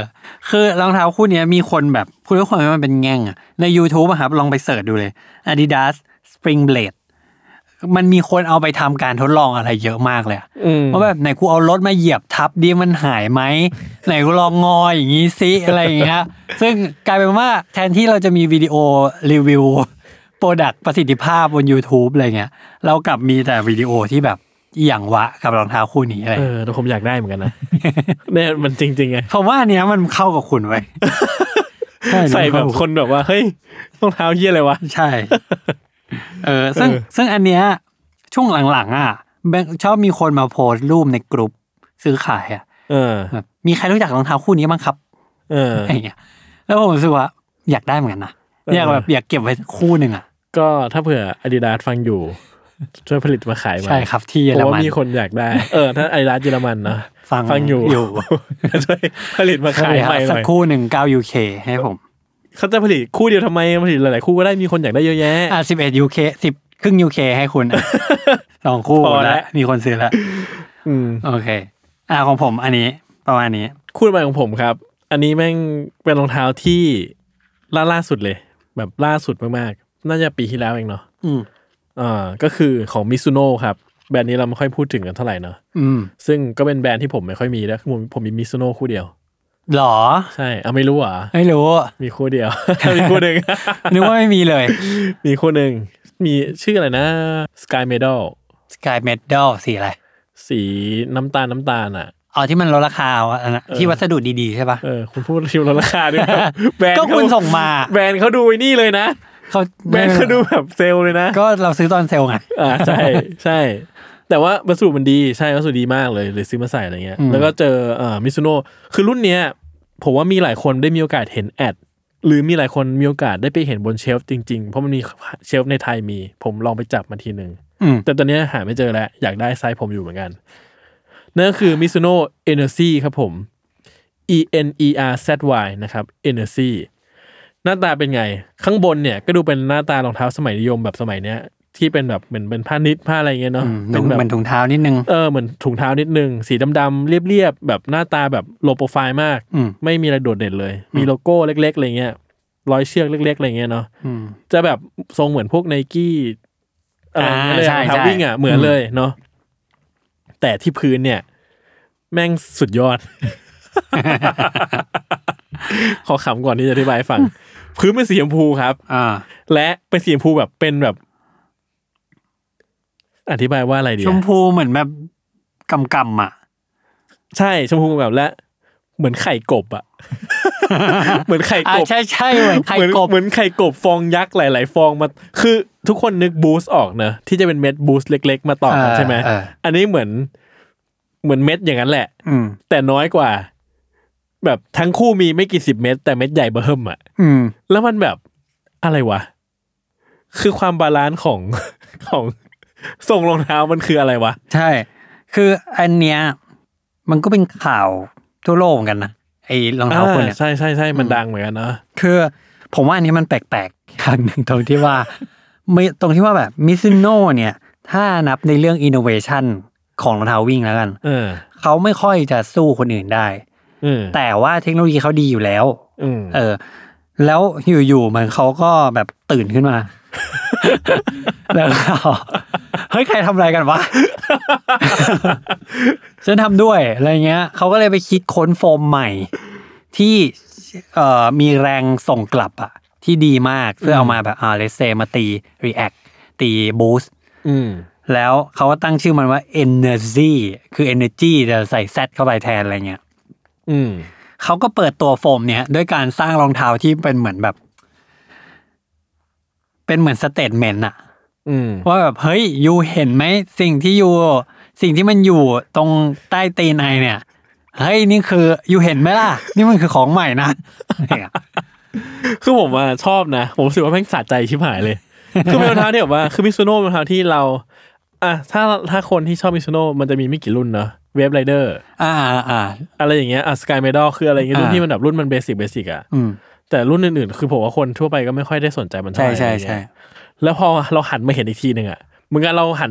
[SPEAKER 2] คือรองเท้าคู่เนี้ยมีคนแบบพูดทุกคนว่ามันเป็นแง่งอะใน YouTube อะครับ ลองไปเสิร์ชดูเลย Adidas Spring Blade มันมีคนเอาไปทำการทดลองอะไรเยอะมากเลยอะ
[SPEAKER 3] ม
[SPEAKER 2] ว่าแบบไหนกูเอารถมาเหยียบทับดีมันหายไหม ไหนกูลองงออย่างงี้ซิ อะไรอย่างเงี้ย ซึ่งกลายเป็นว่าแทนที่เราจะมีวิดีโอรีวิวโปรดักประสิทธิภาพบน YouTube อะไรเงี้ย เรากลับมีแต่วิดีโอที่แบบอหย่างวะกับรองเท้าคู่นี้อะไร
[SPEAKER 3] เออแต่ผมอยากได้เหมือนกัน นะ เนี่ยมันจริงๆไง
[SPEAKER 2] ผมว่าอันเนี้ยมันเข้ากับคุณไว้ย ช่
[SPEAKER 3] ใส่
[SPEAKER 2] มั
[SPEAKER 3] แบ
[SPEAKER 2] เข้า
[SPEAKER 3] บ
[SPEAKER 2] กับ
[SPEAKER 3] คนแบบว่าเฮ้ยรองเท้าเยี่ยอะไรวะ
[SPEAKER 2] ใช่ เออ ซึ่งซึ่งอันเนี้ยช่วงหลังๆอ่ะแบงชอบมีคนมาโพสต์รูปในกลุ่มซื้อขายอ่ะ
[SPEAKER 3] เออ
[SPEAKER 2] แบบมีใครรู้จักรองเท้าคู่นี้บ้างครับ
[SPEAKER 3] เออ
[SPEAKER 2] อะไรเงี้ย แล้วผมรู้สึกว่าอยากได้เหมือนกันนะ
[SPEAKER 3] เออ
[SPEAKER 2] อ
[SPEAKER 3] อ
[SPEAKER 2] ยากแบบอยากเก็บไว้คู่หนึ่งอ่ะ
[SPEAKER 3] ก็ถ้าเผื่อ Adidas ฟังอยู่ ช่วยผลิตมาขายมา
[SPEAKER 2] ใช่ครับที่เยอ
[SPEAKER 3] เพ
[SPEAKER 2] ร
[SPEAKER 3] ราะ
[SPEAKER 2] มั
[SPEAKER 3] ว่าน มีคนอยากได้ เออถ้า Adidas เยอรมันเนาะ
[SPEAKER 2] ฟัง
[SPEAKER 3] ฟังอยู่
[SPEAKER 2] อยู่
[SPEAKER 3] ช่วยผลิตมา
[SPEAKER 2] ขา
[SPEAKER 3] ขาย ย
[SPEAKER 2] ครับ
[SPEAKER 3] ใหม่ห
[SPEAKER 2] สั
[SPEAKER 3] น่
[SPEAKER 2] ก
[SPEAKER 3] อย
[SPEAKER 2] คู่หนึ่งเก้ายูเคให้ผม
[SPEAKER 3] เขาจะผลิตคู่เดียวทำไมผลิตหลายๆคู่ก็ได้มีคนอยากได้เยอะแยะ
[SPEAKER 2] อ่ะสิบเอ็ดยูเคสิบครึ่งยูเคให้คุณ อ่ะ สองคู่
[SPEAKER 3] พอแล้ว
[SPEAKER 2] แล้วมีคนซื้อแล้ว
[SPEAKER 3] อืม
[SPEAKER 2] โอเค อ่ะของผมอันนี้ประมาณนี้
[SPEAKER 3] คู่ใหม่ของผมครับ อันนี้แม่งเป็นรองเท้าที่ล่าล่าสุดเลย แบบล่าสุดมากๆ น่าจะปีที่แล้วเองเนาะ
[SPEAKER 2] อืม
[SPEAKER 3] อ่าก็คือของมิซูโน่ครับ แบรนด์นี้เราไม่ค่อยพูดถึงกันเท่าไหร่เนาะ
[SPEAKER 2] อืม
[SPEAKER 3] ซึ่งก็เป็นแบรนด์ที่ผมไม่ค่อยมีแล้วยคือผมผมมีมิซูโน่คู่เดียว
[SPEAKER 2] หรอ
[SPEAKER 3] ใช่เอาไม่รู้เหรอ่ะ
[SPEAKER 2] ไม่รู้
[SPEAKER 3] มีคู่เดียว มีคู่หนึ่ง
[SPEAKER 2] นึกว่าไม่มีเลย
[SPEAKER 3] มีคู่หนึ่งมีชื่ออะไรนะ Sky Medal
[SPEAKER 2] สกายเมดัลสีอะไร
[SPEAKER 3] สีน้ำตาลน้ำตาลอ่ะ
[SPEAKER 2] อ๋อที่มันลดราคาอ่ะอันนะที่วัสดุดีๆใช่ปะ
[SPEAKER 3] เออคุณพูดชิวแล้วราคาด้วยครับ แบรนด์
[SPEAKER 2] ก็
[SPEAKER 3] เขา
[SPEAKER 2] คุณส่งมา
[SPEAKER 3] แบรนด์เขาดูไอ้นี่เลยนะ
[SPEAKER 2] เขา
[SPEAKER 3] แบรนด์เขาดูแบบเซลล์เลยนะ
[SPEAKER 2] ก็เราซื้อตอนเซลล์ไง
[SPEAKER 3] อ่าใช่ใช่ แต่ว่าวัสดุมันดีใช่วัสดุดีมากเลยเลยซื้อมาใส่อะไรเงี้ย
[SPEAKER 2] อืม
[SPEAKER 3] แล้วก็เจอเอ่อมิซูโน่คือรุ่นเนี้ย ผมว่ามีหลายคนได้มีโอกาสเห็นแอด หรือมีหลายคนมีโอกาสได้ไปเห็นบนเชลฟ์จริง ๆ เพราะมันมีเชลฟ์ในไทยมี ผมลองไปจับมาทีหนึ่ง
[SPEAKER 2] อืม
[SPEAKER 3] แต่ตอนเนี้ยหาไม่เจอแล้ว อยากได้ไซส์ผมอยู่เหมือนกัน นั่นก็คือ Mizuno Energy ครับผม E N E R Z Y นะครับ Energy หน้าตาเป็นไง ข้างบนเนี่ยก็ดูเป็นหน้าตารองเท้าสมัยนิยมแบบสมัยเนี้ย ที่เป็นแบบเหมือนเป็นผ้านิดผ้าอะไรเงี้ยเนาะ
[SPEAKER 2] อืม
[SPEAKER 3] เป็นแบบ
[SPEAKER 2] เหมือนถุงเท้านิดนึง
[SPEAKER 3] เออเหมือนถุงเท้านิดนึง สีดำๆเรียบๆแบบหน้าตาแบบโลโปรไฟล์มาก
[SPEAKER 2] อืม
[SPEAKER 3] ไม่มีอะไรโดดเด่นเลย มีโลโก้เล็กๆอะไรเงี้ยร้อยเชือกเล็กๆอะไรเงี้ยเนาะ
[SPEAKER 2] อืม
[SPEAKER 3] จะแบบทรงเหมือนพวกไนกี้อะไรเงี้ยเลย
[SPEAKER 2] อ่าใช่
[SPEAKER 3] อะรองเท้า
[SPEAKER 2] ใช่
[SPEAKER 3] วิ่งอ่ะเหมือนเลยเนาะแต่ที่พื้นเนี่ย แม่งสุดยอด ขอขำก่อนที่จะอธิบายให้ ฟัง พื้นเป็นสีชมพูครับ
[SPEAKER 2] อ่า
[SPEAKER 3] และเป็นสีชมพูแบบเป็นแบบ อธิบายว่าอะไรดี
[SPEAKER 2] ช
[SPEAKER 3] อะ
[SPEAKER 2] มพูเหมือนแบบกำกำๆอ่ะ
[SPEAKER 3] ใช่ชมพูแบบและเหมือนไข่กบอะ เหมือนไข่
[SPEAKER 2] อ่าก
[SPEAKER 3] บ
[SPEAKER 2] ใช่ใช่เหมือนไข่
[SPEAKER 3] เหมือน
[SPEAKER 2] กบ
[SPEAKER 3] เหมือนไข่กบฟองยักษ์หลาย ๆ ฟองมา คือทุกคนนึกบูสต์ออกเนอะที่จะเป็นเม็ดบูสต์เล็ก ๆ มาต่อกัน
[SPEAKER 2] เออ
[SPEAKER 3] ใช่ไหม
[SPEAKER 2] เออ
[SPEAKER 3] อันนี้เหมือนเหมือนเม็ดอย่างนั้นแหละ
[SPEAKER 2] อืม
[SPEAKER 3] แต่น้อยกว่า แบบทั้งคู่มีไม่กี่สิบเม็ดแต่เม็ดใหญ่เบิ่มอะ
[SPEAKER 2] อืม
[SPEAKER 3] แล้วมันแบบอะไรวะ คือความบาลานซ์ของ ของทรงรองเท้ามันคืออะไรวะ
[SPEAKER 2] ใช่ คืออันเนี้ยมันก็เป็นข่าวทั่วโลกเหมือนกันนะ ไอ้รองเท้าคุณเนี่ย
[SPEAKER 3] ใช่ใช่ใช่มันดังเหมือนกันเนอะ
[SPEAKER 2] คือผมว่าอันนี้มันแปลกๆอย่างหนึ่งตรงที่ว่า ไม่ตรงที่ว่าแบบมิซิโนเนี่ย ถ้านับในเรื่องอินโนเวชันของรองเท้าวิ่งแล้วกัน
[SPEAKER 3] เออ
[SPEAKER 2] เขาไม่ค่อยจะสู้คนอื่นได้
[SPEAKER 3] เออ
[SPEAKER 2] แต่ว่าเทคโนโลยีเขาดีอยู่แล้ว
[SPEAKER 3] อืม
[SPEAKER 2] เออ แล้วอยู่ๆเหมือนเขาก็แบบตื่นขึ้นมา แล้วก็เฮ้ย ใครทำอะไรกันวะ ฉันทำด้วย อะไรเงี้ย เขาก็เลยไปคิดค้นโฟมใหม่ ที่เอ่อมีแรงส่งกลับอะที่ดีมาก เพื่อเอามาแบบอ่าเลเซมาตี React ตี Boost
[SPEAKER 3] อืม
[SPEAKER 2] แล้วเขาก็ตั้งชื่อมันว่า Energy คือ Energy จะใส่ Z เข้าไปแทนอะไรเงี้ย
[SPEAKER 3] อืม
[SPEAKER 2] เขาก็เปิดตัวโฟมเนี่ยด้วยการสร้างรองเท้าที่เป็นเหมือนแบบ เป็นเหมือนสเตทเมนต์อะ
[SPEAKER 3] อืม
[SPEAKER 2] ว่าแบบเฮ้ยยูเห็นไหมสิ่งที่ยูสิ่งที่มันอยู่ตรงใต้ตีนไอเนี่ยเฮ้ยนี่คือยูเห็นไหมล่ะ นี่มันคือของใหม่นะ เนี่ย
[SPEAKER 3] คือผมว่าชอบนะ ผมรู้สึกว่าแม่งสะใจชิบหายเลย คือเป็นรองเท้าที่แบบว่าคือมิซูโน่เป็นรองเท้าที่เรา อ่ะถ้าถ้าคนที่ชอบมิซูโน่มันจะมีไม่กี่รุ่นเนอะเวฟไรเดอร์
[SPEAKER 2] อ่าอ่า
[SPEAKER 3] อะไรอย่างเงี้ยอ่ะสกายเมดอลคืออะไรอย่างเงี้ยรุ่น
[SPEAKER 2] อ่า
[SPEAKER 3] ที่มันแบบรุ่นมันเบสิกเบสิกอะ
[SPEAKER 2] อืม
[SPEAKER 3] แต่รุ่นอื่นๆ คือผมว่าคนทั่วไปก็ไม่ค่อยได้สนใจมันเท่า
[SPEAKER 2] ใช่
[SPEAKER 3] ไหร่
[SPEAKER 2] ใช่
[SPEAKER 3] อะไรอย่าง
[SPEAKER 2] ใช่
[SPEAKER 3] เงี้ย แล้วพอเราหันมาเห็นอีกทีหนึ่งอะเหมือนกันเราหัน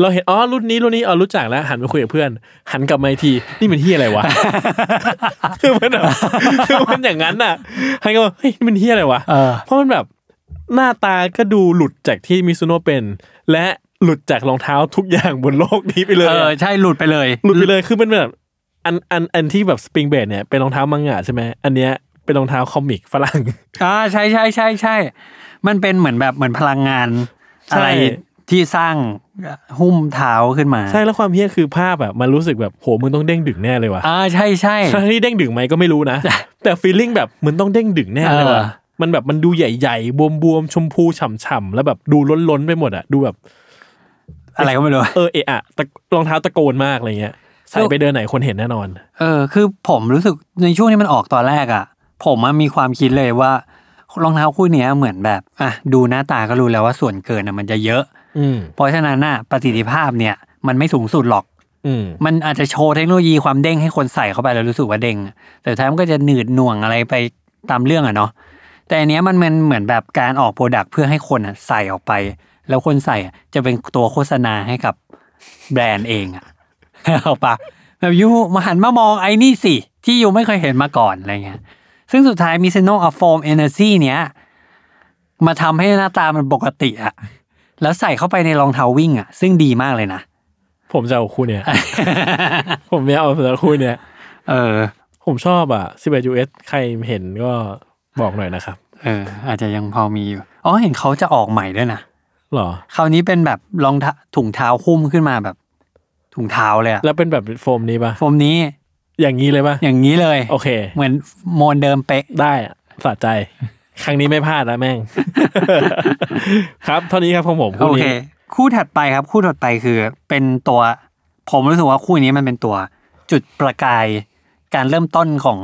[SPEAKER 3] เราเห็นอ๋อรุ่นนี้รุ่นนี้อ๋อรู้จักแล้วหันไปคุยกับเพื่อน หันกลับมาอีกทีนี่มันเฮียอะไร วะ คือมันแบบ คือมันอย่างนั้นน่ะหันก็เฮ้ยนี่มันเฮียอะไรวะ
[SPEAKER 2] เออ
[SPEAKER 3] เพราะมันแบบหน้าตาก็ดูหลุดจากที่มิซูโน่เป็น และหลุดจากรองเท้าทุกอย่างบนโลกนี้ไปเลย
[SPEAKER 2] เออ
[SPEAKER 3] อะ
[SPEAKER 2] ใช่หลุดไปเลย
[SPEAKER 3] หลุดไปเลยคือมันแบบอันอันอันที่แบบสปริงเบดเนี่ยเป็นรองเท้ามังงะใช่ไหมอันเนี้ยเป็นรองเท้าคอมิกฝรั่ง
[SPEAKER 2] อ่าใช่ใช่ใช่ใช่ มันเป็นเหมือนแบบเหมือนพลังงาน
[SPEAKER 3] ใช่
[SPEAKER 2] อะไรที่สร้างหุ้มเท้าขึ้นมา
[SPEAKER 3] ใช่แล้วความเฮี้ยคือภาพแบบมันรู้สึกแบบโหมึงต้องเด้งดึงแน่เลยว่ะ
[SPEAKER 2] อ่าใช่ใช่
[SPEAKER 3] ทั้งที่เด้งดึงไหมก็ไม่รู้นะ แต่ฟีลลิ่งแบบเหมือนต้องเด้งดึงแน่เลยว่ะ
[SPEAKER 2] เออ
[SPEAKER 3] มันแบบมันดูใหญ่ๆ บวมๆ ชมพูฉ่ำๆ แล้วแบบดูล้นๆ ไปหมดอ่ะ ดูแบบ
[SPEAKER 2] อะไรก็ไม่รู้
[SPEAKER 3] เออเอะอะตะรองเท้าตะโกนมากอะไรเงี้ย ใส่ไปเดินไหนคนเห็นแน่นอน
[SPEAKER 2] เออ คือผมรู้สึกในช่วงที่มันออกตอนแรกอะ่ะ ผมอะมีความคิดเลยว่ารองเท้าคู่เนี้ยเหมือนแบบอ่ะดูหน้าตาก็รู้แล้วว่าส่วนเกินอะมันจะเยอะ
[SPEAKER 3] อืม
[SPEAKER 2] เพราะฉะนั้นน่ะประสิทธิภาพเนี่ย มันไม่สูงสุดหรอก
[SPEAKER 3] อืม
[SPEAKER 2] มันอาจจะโชว์เทคโนโลยีความเด้งให้คนใส่เข้าไปแล้วรู้สึกว่าเด้งอะแต่สุดท้ายมันก็จะหนืดหน่วงอะไรไปตามเรื่องอะเนาะ แต่อันเนี้ยมันมันเหมือนแบบการออกโปรดักต์เพื่อให้คนอะใส่ออกไป แล้วคนใส่อะจะเป็นตัวโฆษณาให้กับแบรนด์เองอะ เอาปะแบบยูมาหันมามองไอ้นี่สิ ที่ยูไม่เคยเห็นมาก่อนอะไรเงี้ย ซึ่งสุดท้ายมิเซโนอัฟโฟมเอเนอร์จีเนี้ยมาทำให้หน้าตามันปกติอะแล้วใส่เข้าไปในรองเท้าวิ่งอะซึ่งดีมากเลยนะ
[SPEAKER 3] ผมจะเอาคู่เนี้ย ผมไม่เอาแต่คู่เนี้ย
[SPEAKER 2] เออ
[SPEAKER 3] ผมชอบอ่ะ11 US ใครเห็นก็บอกหน่อยนะครับ
[SPEAKER 2] เอออาจจะยังพอมีอยู่ อ๋อเห็นเขาจะออกใหม่ด้วยนะ
[SPEAKER 3] หรอ
[SPEAKER 2] คราวนี้เป็นแบบรองเท้าถุงเท้าหุ้มขึ้นมาแบบ ถุงเท้าเลยอะ
[SPEAKER 3] แล้วเป็นแบบโฟมนี้ปะ
[SPEAKER 2] โฟมนี้
[SPEAKER 3] อย่างนี้เลยปะ
[SPEAKER 2] อย่างนี้เลย
[SPEAKER 3] โอเค
[SPEAKER 2] เหมือนโมนเดิมเป๊ะ
[SPEAKER 3] ได้อะสะใจ ครั้งนี้ไม่พลาดนะแม่ง ครับเท่านี้ครับของผม
[SPEAKER 2] โอ
[SPEAKER 3] คู่
[SPEAKER 2] เค
[SPEAKER 3] นี้
[SPEAKER 2] คู่ถัดไปครับ คู่ถัดไปคือเป็นตัว ผมรู้สึกว่าคู่นี้มันเป็นตัว จุดประกาย การเริ่มต้นของ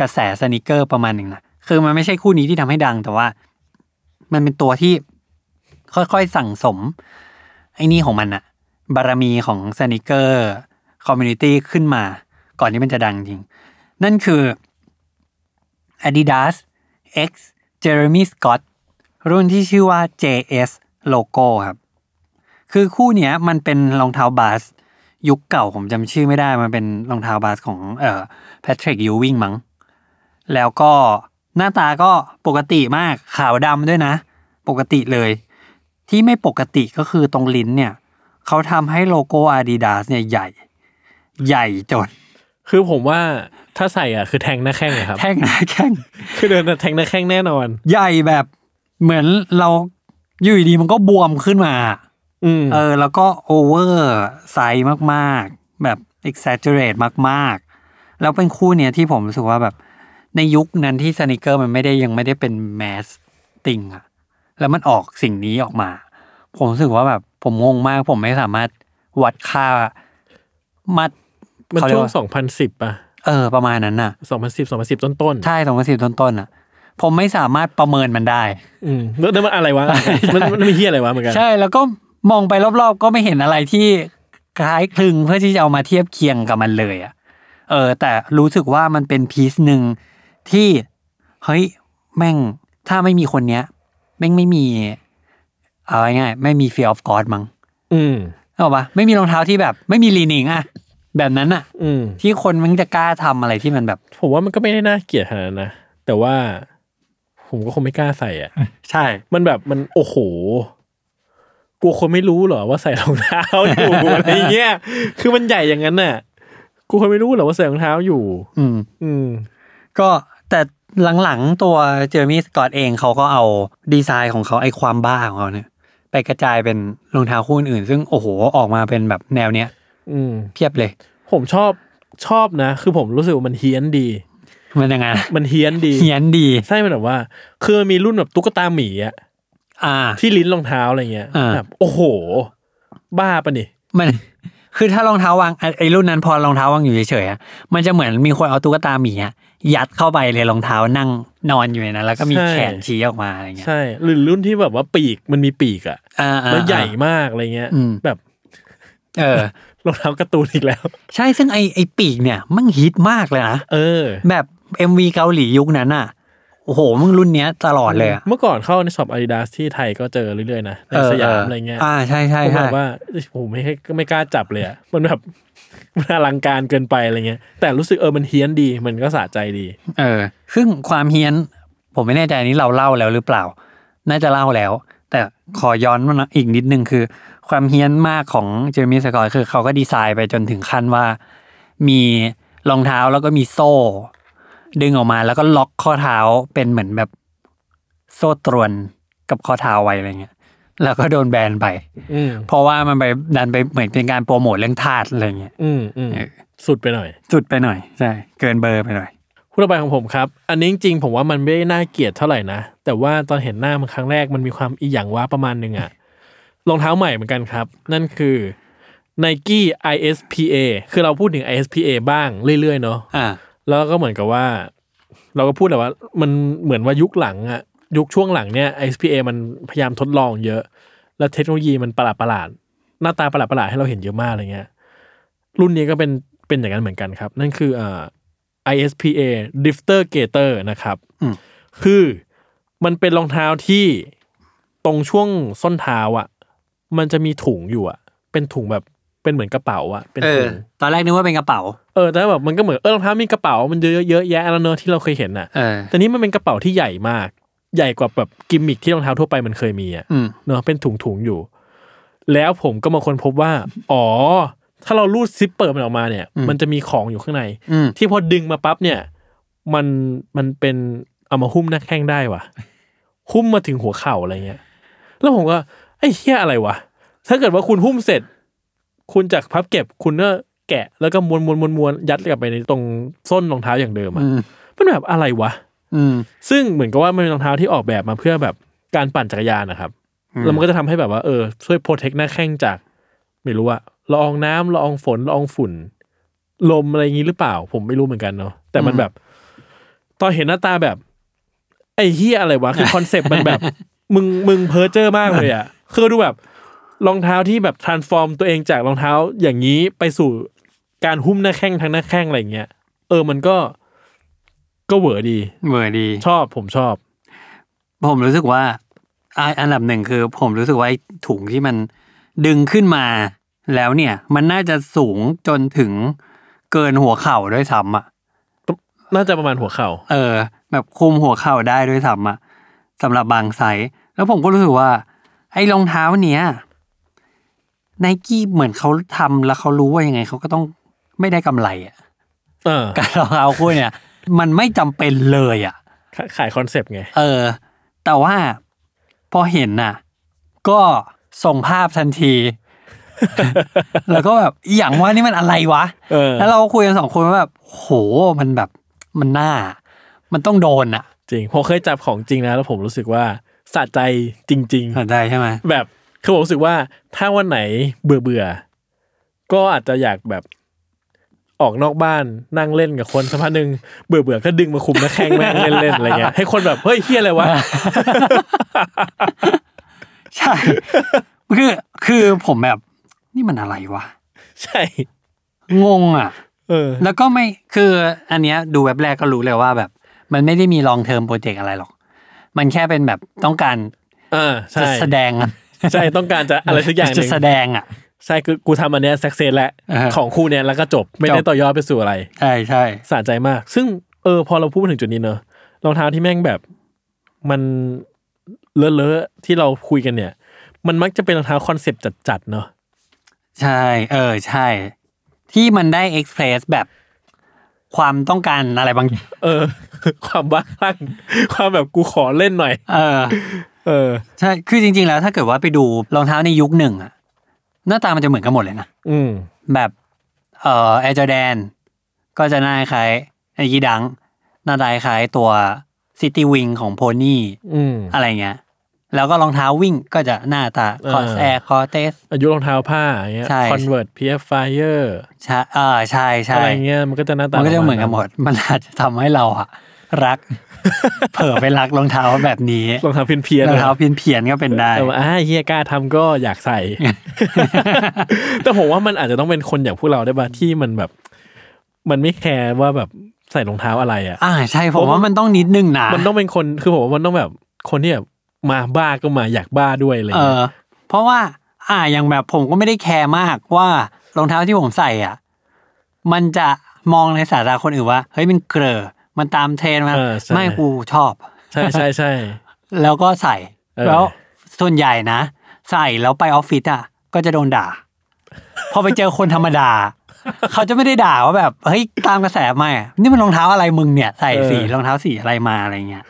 [SPEAKER 2] กระแสสนิเกอร์ประมาณหนึ่งนะคือมันไม่ใช่คู่นี้ที่ทำให้ดัง แต่ว่า มันเป็นตัวที่ค่อยๆสั่งสม ไอ้นี่ของมันอะบารมีของสนิเกอร์คอมมูนิตี้ขึ้นมา ก่อนที่มันจะดังจริง นั่นคือ Adidas X Jeremy Scott รุ่นที่ชื่อว่า JS Logo ครับ คือคู่เนี้ยมันเป็นรองเท้าบาส ยุคเก่าผมจำชื่อไม่ได้ มันเป็นรองเท้าบาสของเอ่อแพทริกยูวิงมั้ง แล้วก็หน้าตาก็ปกติมากขาวดำด้วยนะ ปกติเลย ที่ไม่ปกติก็คือตรงลิ้นเนี่ย เขาทำให้โลโก้ Adidas เนี่ยใหญ่ ใหญ่จน
[SPEAKER 3] คือผมว่าถ้าใส่อ่ะคือแทงหน้าแข้งอะครับ
[SPEAKER 2] แท่งหนาแข้ง
[SPEAKER 3] คือเดินแทงหน้าแข้งแน่นอน
[SPEAKER 2] ใหญ่แบบเหมือนเราอยู่ดีๆมันก็บวมขึ้นมา
[SPEAKER 3] อืม
[SPEAKER 2] เออ แล้วก็โอเวอร์ไซส์มากๆ แบบ exaggerate มากๆ แล้วเป็นคู่เนี้ยที่ผมรู้สึกว่าแบบ ในยุคนั้นที่สนิเกอร์มันไม่ได้ยังไม่ได้เป็นแมสติงอะแล้วมันออกสิ่งนี้ออกมา ผมรู้สึกว่าแบบผมงงมาก ผมไม่สามารถวัดค่ามัด
[SPEAKER 3] มัน
[SPEAKER 2] เขาเรียก
[SPEAKER 3] ช่วง
[SPEAKER 2] ว่า
[SPEAKER 3] สองพันสิบป่ะ
[SPEAKER 2] เออประมาณนั้นน่ะ
[SPEAKER 3] สองพันสิบสองพันสิบต้นต้นๆ
[SPEAKER 2] ใช่สองพันสิบต้นๆน่ะ ผมไม่สามารถประเมินมันได้
[SPEAKER 3] อืมแล้วแล้วมันอะไรวะ มันมันมีเฮียอะไรวะเหมือนกัน
[SPEAKER 2] ใช่แล้วก็มองไปรอบๆ ก็ไม่เห็นอะไรที่คล้ายคลึงเพื่อที่จะเอามาเทียบเคียงกับมันเลยอ่ะ เ เออ แต่รู้สึกว่ามันเป็นพีซหนึ่งที่เฮ้ยแม่งถ้าไม่มีคนเนี้ย แม่งไม่มีเอาง่ายๆไม่มี fear of god มั้ง
[SPEAKER 3] อืม
[SPEAKER 2] เข้าปะไม่มีรองเท้าที่แบบ ไม่มีลีนิงอะแบบนั้นอะ
[SPEAKER 3] อืม
[SPEAKER 2] ที่คนมันจะกล้าทำอะไรที่มันแบบ
[SPEAKER 3] ผมว่ามันก็ไม่ได้น่าเกลียดขนาดนั้นนะ แต่ว่า ผมก็คงไม่กล้าใส่อ่ะ
[SPEAKER 2] ใช่
[SPEAKER 3] มันแบบมันโอ้โหกลัวคนไม่รู้เหรอว่าใส่รองเท้าอยู่ อะไรเงี้ยคือมันใหญ่อย่างนั้นน่ะกลัวคนไม่รู้เหรอว่าใส่รองเท้าอยู่
[SPEAKER 2] อืม
[SPEAKER 3] อืม
[SPEAKER 2] ก็แต่หลังๆตัวเจอร์มี่สกอตเองเขาก็เอาดีไซน์ของเขาไอ้ความบ้าของเขาเนี่ย ไปกระจายเป็นรองเท้าคู่อื่นๆซึ่งโอ้โหออกมาเป็นแบบแนวเนี้ย
[SPEAKER 3] อืม
[SPEAKER 2] เพียบเลย
[SPEAKER 3] ผมชอบชอบนะ คือผมรู้สึกว่ามันเฮี้ยนดี
[SPEAKER 2] มันยังไงนะ
[SPEAKER 3] มันเฮี้ยนดี
[SPEAKER 2] เฮียนดี
[SPEAKER 3] ใช่มันแบบว่า คือมันมีรุ่นแบบตุ๊กตาหมีอะ
[SPEAKER 2] อ่า
[SPEAKER 3] ที่ลิ้นรองเท้าอะไรเงี้ย
[SPEAKER 2] อ่า
[SPEAKER 3] แบบโอ้โห บ้าปะนี่
[SPEAKER 2] มัน คือถ้ารองเท้าวางไอ้ไอ้รุ่นนั้นพอรองเท้าวางอยู่เฉยๆอะมันจะเหมือนมีคนเอาตุ๊กตาหมีอะยัดเข้าไปเลยรองเท้านั่งนอนอยู่ในนั้นแล้วก็มี
[SPEAKER 3] ใช่
[SPEAKER 2] แขนชี้ออกมาอะไรเงี้ย
[SPEAKER 3] ใช่ หรือรุ่นที่แบบว่าปีกมันมีปีกอะ
[SPEAKER 2] อ่าๆๆ
[SPEAKER 3] แล้วใหญ่มากอะไรเงี้ย
[SPEAKER 2] อืม
[SPEAKER 3] แบบ
[SPEAKER 2] เออ
[SPEAKER 3] รองเท้าการ์ตูนอีกแล้ว
[SPEAKER 2] ใช่ซึ่งไอ้ไอ้ปีกเนี่ยมันฮิตมากเลยนะ
[SPEAKER 3] เออ
[SPEAKER 2] แบบ MV เกาหลียุคนั้นอ่ะ โอ้โห มึงรุ่นเนี้ยตลอดเลยอะ
[SPEAKER 3] เมื่อก่อนเข้าในช็อปอาดิดาสที่ไทยก็เจอเรื่อยๆนะในสยามอะไรเงี้ย
[SPEAKER 2] อ่า ใช่ใช่
[SPEAKER 3] ผม
[SPEAKER 2] ใช่
[SPEAKER 3] แบบว่าเอ้ยผมไม่ให้ก็ไม่กล้าจับเลยอะ มันแบบ มันอลังการเกินไปอะไรเงี้ย แต่รู้สึกเออมันเฮี้ยนดีมันก็สะใจดี
[SPEAKER 2] เออ ซึ่งความเฮี้ยน ผมไม่แน่ใจอันนี้เราเล่าแล้วหรือเปล่า น่าจะเล่าแล้ว แต่ขอย้อนมันอยอีกนิดนึงคือ ความเฮี้ยนมากของเจอร์มี่สกอตคือเขาก็ดีไซน์ไปจนถึงขั้นว่า มีรองเท้าแล้วก็มีโซ่ ดึงออกมาแล้วก็ล็อกข้อเท้าเป็นเหมือนแบบโซ่ตรวนกับข้อเท้าไว้อะไรเงี้ย แล้วก็โดนแบนไป
[SPEAKER 3] อืม
[SPEAKER 2] เพราะว่ามันไปดันไปเหมือนเป็นการโปรโมทเรื่องธาตุอะไรเงี้ย
[SPEAKER 3] อืมอืม
[SPEAKER 2] เออ
[SPEAKER 3] สุดไปหน่อย
[SPEAKER 2] จุดไปหน่อย ใช่ เกินเบอร์ไปหน่อย
[SPEAKER 3] คู่ต่อไปของผมครับ อันนี้จริงๆผมว่ามันไม่ได้น่าเกลียดเท่าไหร่นะ แต่ว่าตอนเห็นหน้ามันครั้งแรกมันมีความอีหยังว้าประมาณหนึ่งอะรองเท้าใหม่เหมือนกันครับ นั่นคือ Nike ISPA คือเราพูดถึง ISPA บ้างเรื่อยๆเนาะ
[SPEAKER 2] อ่า
[SPEAKER 3] แล้วก็เหมือนกับว่า เราก็พูดแต่ว่ามันเหมือนว่ายุคหลังอะยุคช่วงหลังเนี่ย XPA มันพยายามทดลองเยอะ แล้วเทคโนโลยีมันประหลาดประหลาดๆหน้าตาประหลาดประหลาดๆให้เราเห็นเยอะมากอะไรเงี้ยรุ่นนี้ก็เป็นเป็นอย่างนั้นเหมือนกันครับ นั่นคือเอ่อ ISPA Drifter Gator นะครับ
[SPEAKER 2] อืม
[SPEAKER 3] คือมันเป็นรองเท้าที่ตรงช่วงส้นเท้าอะมันจะมีถุงอยู่อะเป็นถุงแบบเป็นเหมือนกระเป๋าอะเป็น
[SPEAKER 2] เออ
[SPEAKER 3] ถุง
[SPEAKER 2] ตอนแรกนึกว่าเป็นกระเป๋า
[SPEAKER 3] เออแต่แบบมันก็เหมือนเออรองเท้ามีกระเป๋ามันเยอะเยอะแยะแล้วเนอะที่เราเคยเห็นน่ะ
[SPEAKER 2] เออ
[SPEAKER 3] แต่นี่มันเป็นกระเป๋าที่ใหญ่มาก ใหญ่กว่าแบบกิมมิคที่รองเท้าทั่วไปมันเคยมีอะ
[SPEAKER 2] อืม
[SPEAKER 3] เนอะเป็นถุงถุงๆอยู่ แล้วผมก็มาค้นพบว่า อ๋อ ถ้าเราลูดซิปเปิดมันออกมาเนี่ย
[SPEAKER 2] อืม
[SPEAKER 3] มันจะมีของอยู่ข้างใน
[SPEAKER 2] อืม
[SPEAKER 3] ที่พอดึงมาปั๊บเนี่ย มันมันเป็นเอามาหุ้มหน้าแข้งได้ว่ะ หุ้มมาถึงหัวเข่าอะไรเงี้ย แล้วผมก็ไอ้เหี้ยอะไรวะถ้าเกิดว่าคุณหุ้มเสร็จ คุณจากพับเก็บคุณก็แกะแล้วก็ม้วนม้วนม้วนม้วนยัดกลับไปในตรงส้นรองเท้าอย่างเดิมอะ
[SPEAKER 2] อืม
[SPEAKER 3] มันแบบอะไรวะ
[SPEAKER 2] อืม
[SPEAKER 3] ซึ่งเหมือนกับว่ามันเป็นรองเท้าที่ออกแบบมาเพื่อแบบการปั่นจักรยานนะครับ
[SPEAKER 2] อืม
[SPEAKER 3] แล้วมันก็จะทำให้แบบว่าเออช่วยโปรเทคหน้าแข้งจาก ไม่รู้ว่าละอองน้ำละอองฝนละอองฝุ่น ลมอะไรอย่างนี้หรือเปล่า ผมไม่รู้เหมือนกันเนาะแต่มันแบบ ตอนเห็นหน้าตาแบบ ไอ้เฮียอะไร วะคือคอนเซปต์มันแบบ มึงมึงเพ้อเจอร์มากเลยอะคือดูแบบรองเท้าที่แบบ transform ตัวเองจากรองเท้าอย่างนี้ไปสู่การหุ้มหน้าแข้งทั้งหน้าแข้งอะไรอย่างเงี้ยเออมันก็ก็เหวอดี
[SPEAKER 2] เวอร์ดี
[SPEAKER 3] ชอบผมชอบ
[SPEAKER 2] ผมรู้สึกว่าอ่าอันดับหนึ่งคือ ผมรู้สึกว่าไอ้ถุงที่มันดึงขึ้นมา แล้วเนี่ย มันน่าจะสูงจนถึงเกินหัวเข่าด้วยซ้ำอ่ะ
[SPEAKER 3] น่าจะประมาณหัวเข่า
[SPEAKER 2] เออ แบบคุมหัวเข่าได้ด้วยซ้ำอะสำหรับบางไซส์แล้วผมก็รู้สึกว่า ไอ้รองเท้าเนี้ยไนกี้เหมือนเขาทำแล้วเขารู้ว่ายังไงเขาก็ต้องไม่ได้กำไรอะ
[SPEAKER 3] เออ
[SPEAKER 2] การรองเท้าคู่เนี่ย มันไม่จำเป็นเลยอะ
[SPEAKER 3] ขาขายคอนเซปต์ไง
[SPEAKER 2] เออ แต่ว่าพอเห็นน่ะ ก็ส่งภาพทันที แล้วก็แบบอหย่างว่านี่มันอะไรวะ
[SPEAKER 3] เออ
[SPEAKER 2] แล้วเราก็คุยกันสองคนว่าแบบโหมันแบบมันน่า มันต้องโดนอะ
[SPEAKER 3] จริง ผมเคยจับของจริงนะ แล้วผมรู้สึกว่าสะใจจริง
[SPEAKER 2] สนใจใช่ไหม
[SPEAKER 3] ๆ แบบคือผมรู้สึกว่าถ้าวันไหนเบื่อเบื่อๆก็อาจจะอยากแบบออกนอกบ้านนั่งเล่นกับคนสักพักหนึ่งเบื่อเบื่อๆก็ดึงมาคุมหน้าแข้งแม่งเล่นๆอะไรเงี้ยให้คนแบบเฮ้ยเฮียอะไรวะ
[SPEAKER 2] ใช่ คือคือผมแบบ นี่มันอะไรวะ
[SPEAKER 3] ใช่
[SPEAKER 2] งงอ่ะ
[SPEAKER 3] เออ
[SPEAKER 2] แล้วก็ไม่คืออันเนี้ยดูเว็บแรกก็รู้เลยว่าแบบ มันไม่ได้มีลองเทอมโปรเจกต์อะไรหรอก มันแค่เป็นแบบต้องการ
[SPEAKER 3] เออใช่
[SPEAKER 2] จะแสดงอะ
[SPEAKER 3] ใช่ต้องการจะอะไรสักอย่างห
[SPEAKER 2] จะ
[SPEAKER 3] นึ่ง
[SPEAKER 2] แสดงอ่ะ
[SPEAKER 3] ใช่คือกูทำอันเนี้ยสักเซนแล้ว
[SPEAKER 2] อ่าฮะ
[SPEAKER 3] ของคู่เนี้ยแล้วก็จบไม่
[SPEAKER 2] จบ
[SPEAKER 3] ได้ต่อยอดไปสู่อะไร
[SPEAKER 2] ใช่ใช่
[SPEAKER 3] สะใจมาก ซึ่งเออพอเราพูดมาถึงจุดนี้เนอะรองเท้าที่แม่งแบบมันเลอะๆที่เราคุยกันเนี่ย มันมักจะเป็นรองเท้าคอนเซปต์จัดๆเนอะ
[SPEAKER 2] ใช่ เออ ใช่ ที่มันได้เอ็กเพรสแบบความต้องการอะไรบางอย่าง
[SPEAKER 3] เออ ความบ้าคลั่งความแบบกูขอเล่นหน่อย
[SPEAKER 2] เออ
[SPEAKER 3] เออ
[SPEAKER 2] ใช่ คือจริง ๆ แล้วถ้าเกิดว่าไปดูรองเท้าในยุคหนึ่งอะหน้าตามันจะเหมือนกันหมดเลยนะ
[SPEAKER 3] อืม
[SPEAKER 2] แบบ เอ่อแอร์จอแดน ก็จะหน้าคล้ายไอ้ยีดัง หน้าตาคล้ายตัวซิตี้วิงของโพนี่
[SPEAKER 3] อืม
[SPEAKER 2] อะไรเงี้ย แล้วก็รองเท้าวิ่งก็จะหน้าตาคอสแอร์คอเตส
[SPEAKER 3] อายุรองเท้าผ้าอย่างเงี้ย
[SPEAKER 2] ใช่
[SPEAKER 3] คอนเวิร์ตพีเอฟไฟเออร์
[SPEAKER 2] ใช่เออใช่ใช่
[SPEAKER 3] อะไรเงี้ยมันก็จะหน้าตา
[SPEAKER 2] มันก็จะเหมือนกันหม
[SPEAKER 3] ป
[SPEAKER 2] ด มันอาจจะทำให้เราอะรัก เผลอไปรักรองเท้าแบบนี้
[SPEAKER 3] ระมาณนั้นรองเท้าเพี้ยนๆ
[SPEAKER 2] รอง
[SPEAKER 3] นะ
[SPEAKER 2] เท้าเพี้ยนๆก็เป็นได้
[SPEAKER 3] แต่ว่าอ่าเฮียกล้าทำก็อยากใส่ แต่ผมว่ามันอาจจะต้องเป็นคนอย่างพวกเราได้ป่ะที่มันแบบ มันไม่แคร์ว่าแบบใส่รองเท้าอะไรอ่ะ
[SPEAKER 2] อ่าใช่ผมว่ามันต้องนิดนึงนะ
[SPEAKER 3] มันต้องเป็นคนคือผมว่ามันต้องแบบคนที่แบบมาบ้าก็มาอยากบ้าด้วยอะไร
[SPEAKER 2] เอ
[SPEAKER 3] เงี
[SPEAKER 2] อ
[SPEAKER 3] ้ย
[SPEAKER 2] เพราะว่า อ่าอย่างแบบผมก็ไม่ได้แคร์มากว่ารองเท้าที่ผมใส่อ่ะ มันจะมองในสายตาคนอื่นว่าเฮ้ยมันเกลอมันตามเทรนด์มัน
[SPEAKER 3] เออใช่
[SPEAKER 2] ไม่กูชอบ
[SPEAKER 3] ใช่ใช่ใช่
[SPEAKER 2] แล้วก็ใส่
[SPEAKER 3] เออ
[SPEAKER 2] แล้วส่วนใหญ่นะ ใส่แล้วไปออฟฟิศอ่ะ ก็จะโดนด่า พอไปเจอคนธรรมดา เขาจะไม่ได้ด่าว่าแบบ เฮ้ย ตามกระแสไหมาอะนี่มันรองเท้าอะไรมึงเนี่ย ใส่สีรองเท้าสีอะไรมาอะไรเงี้ ย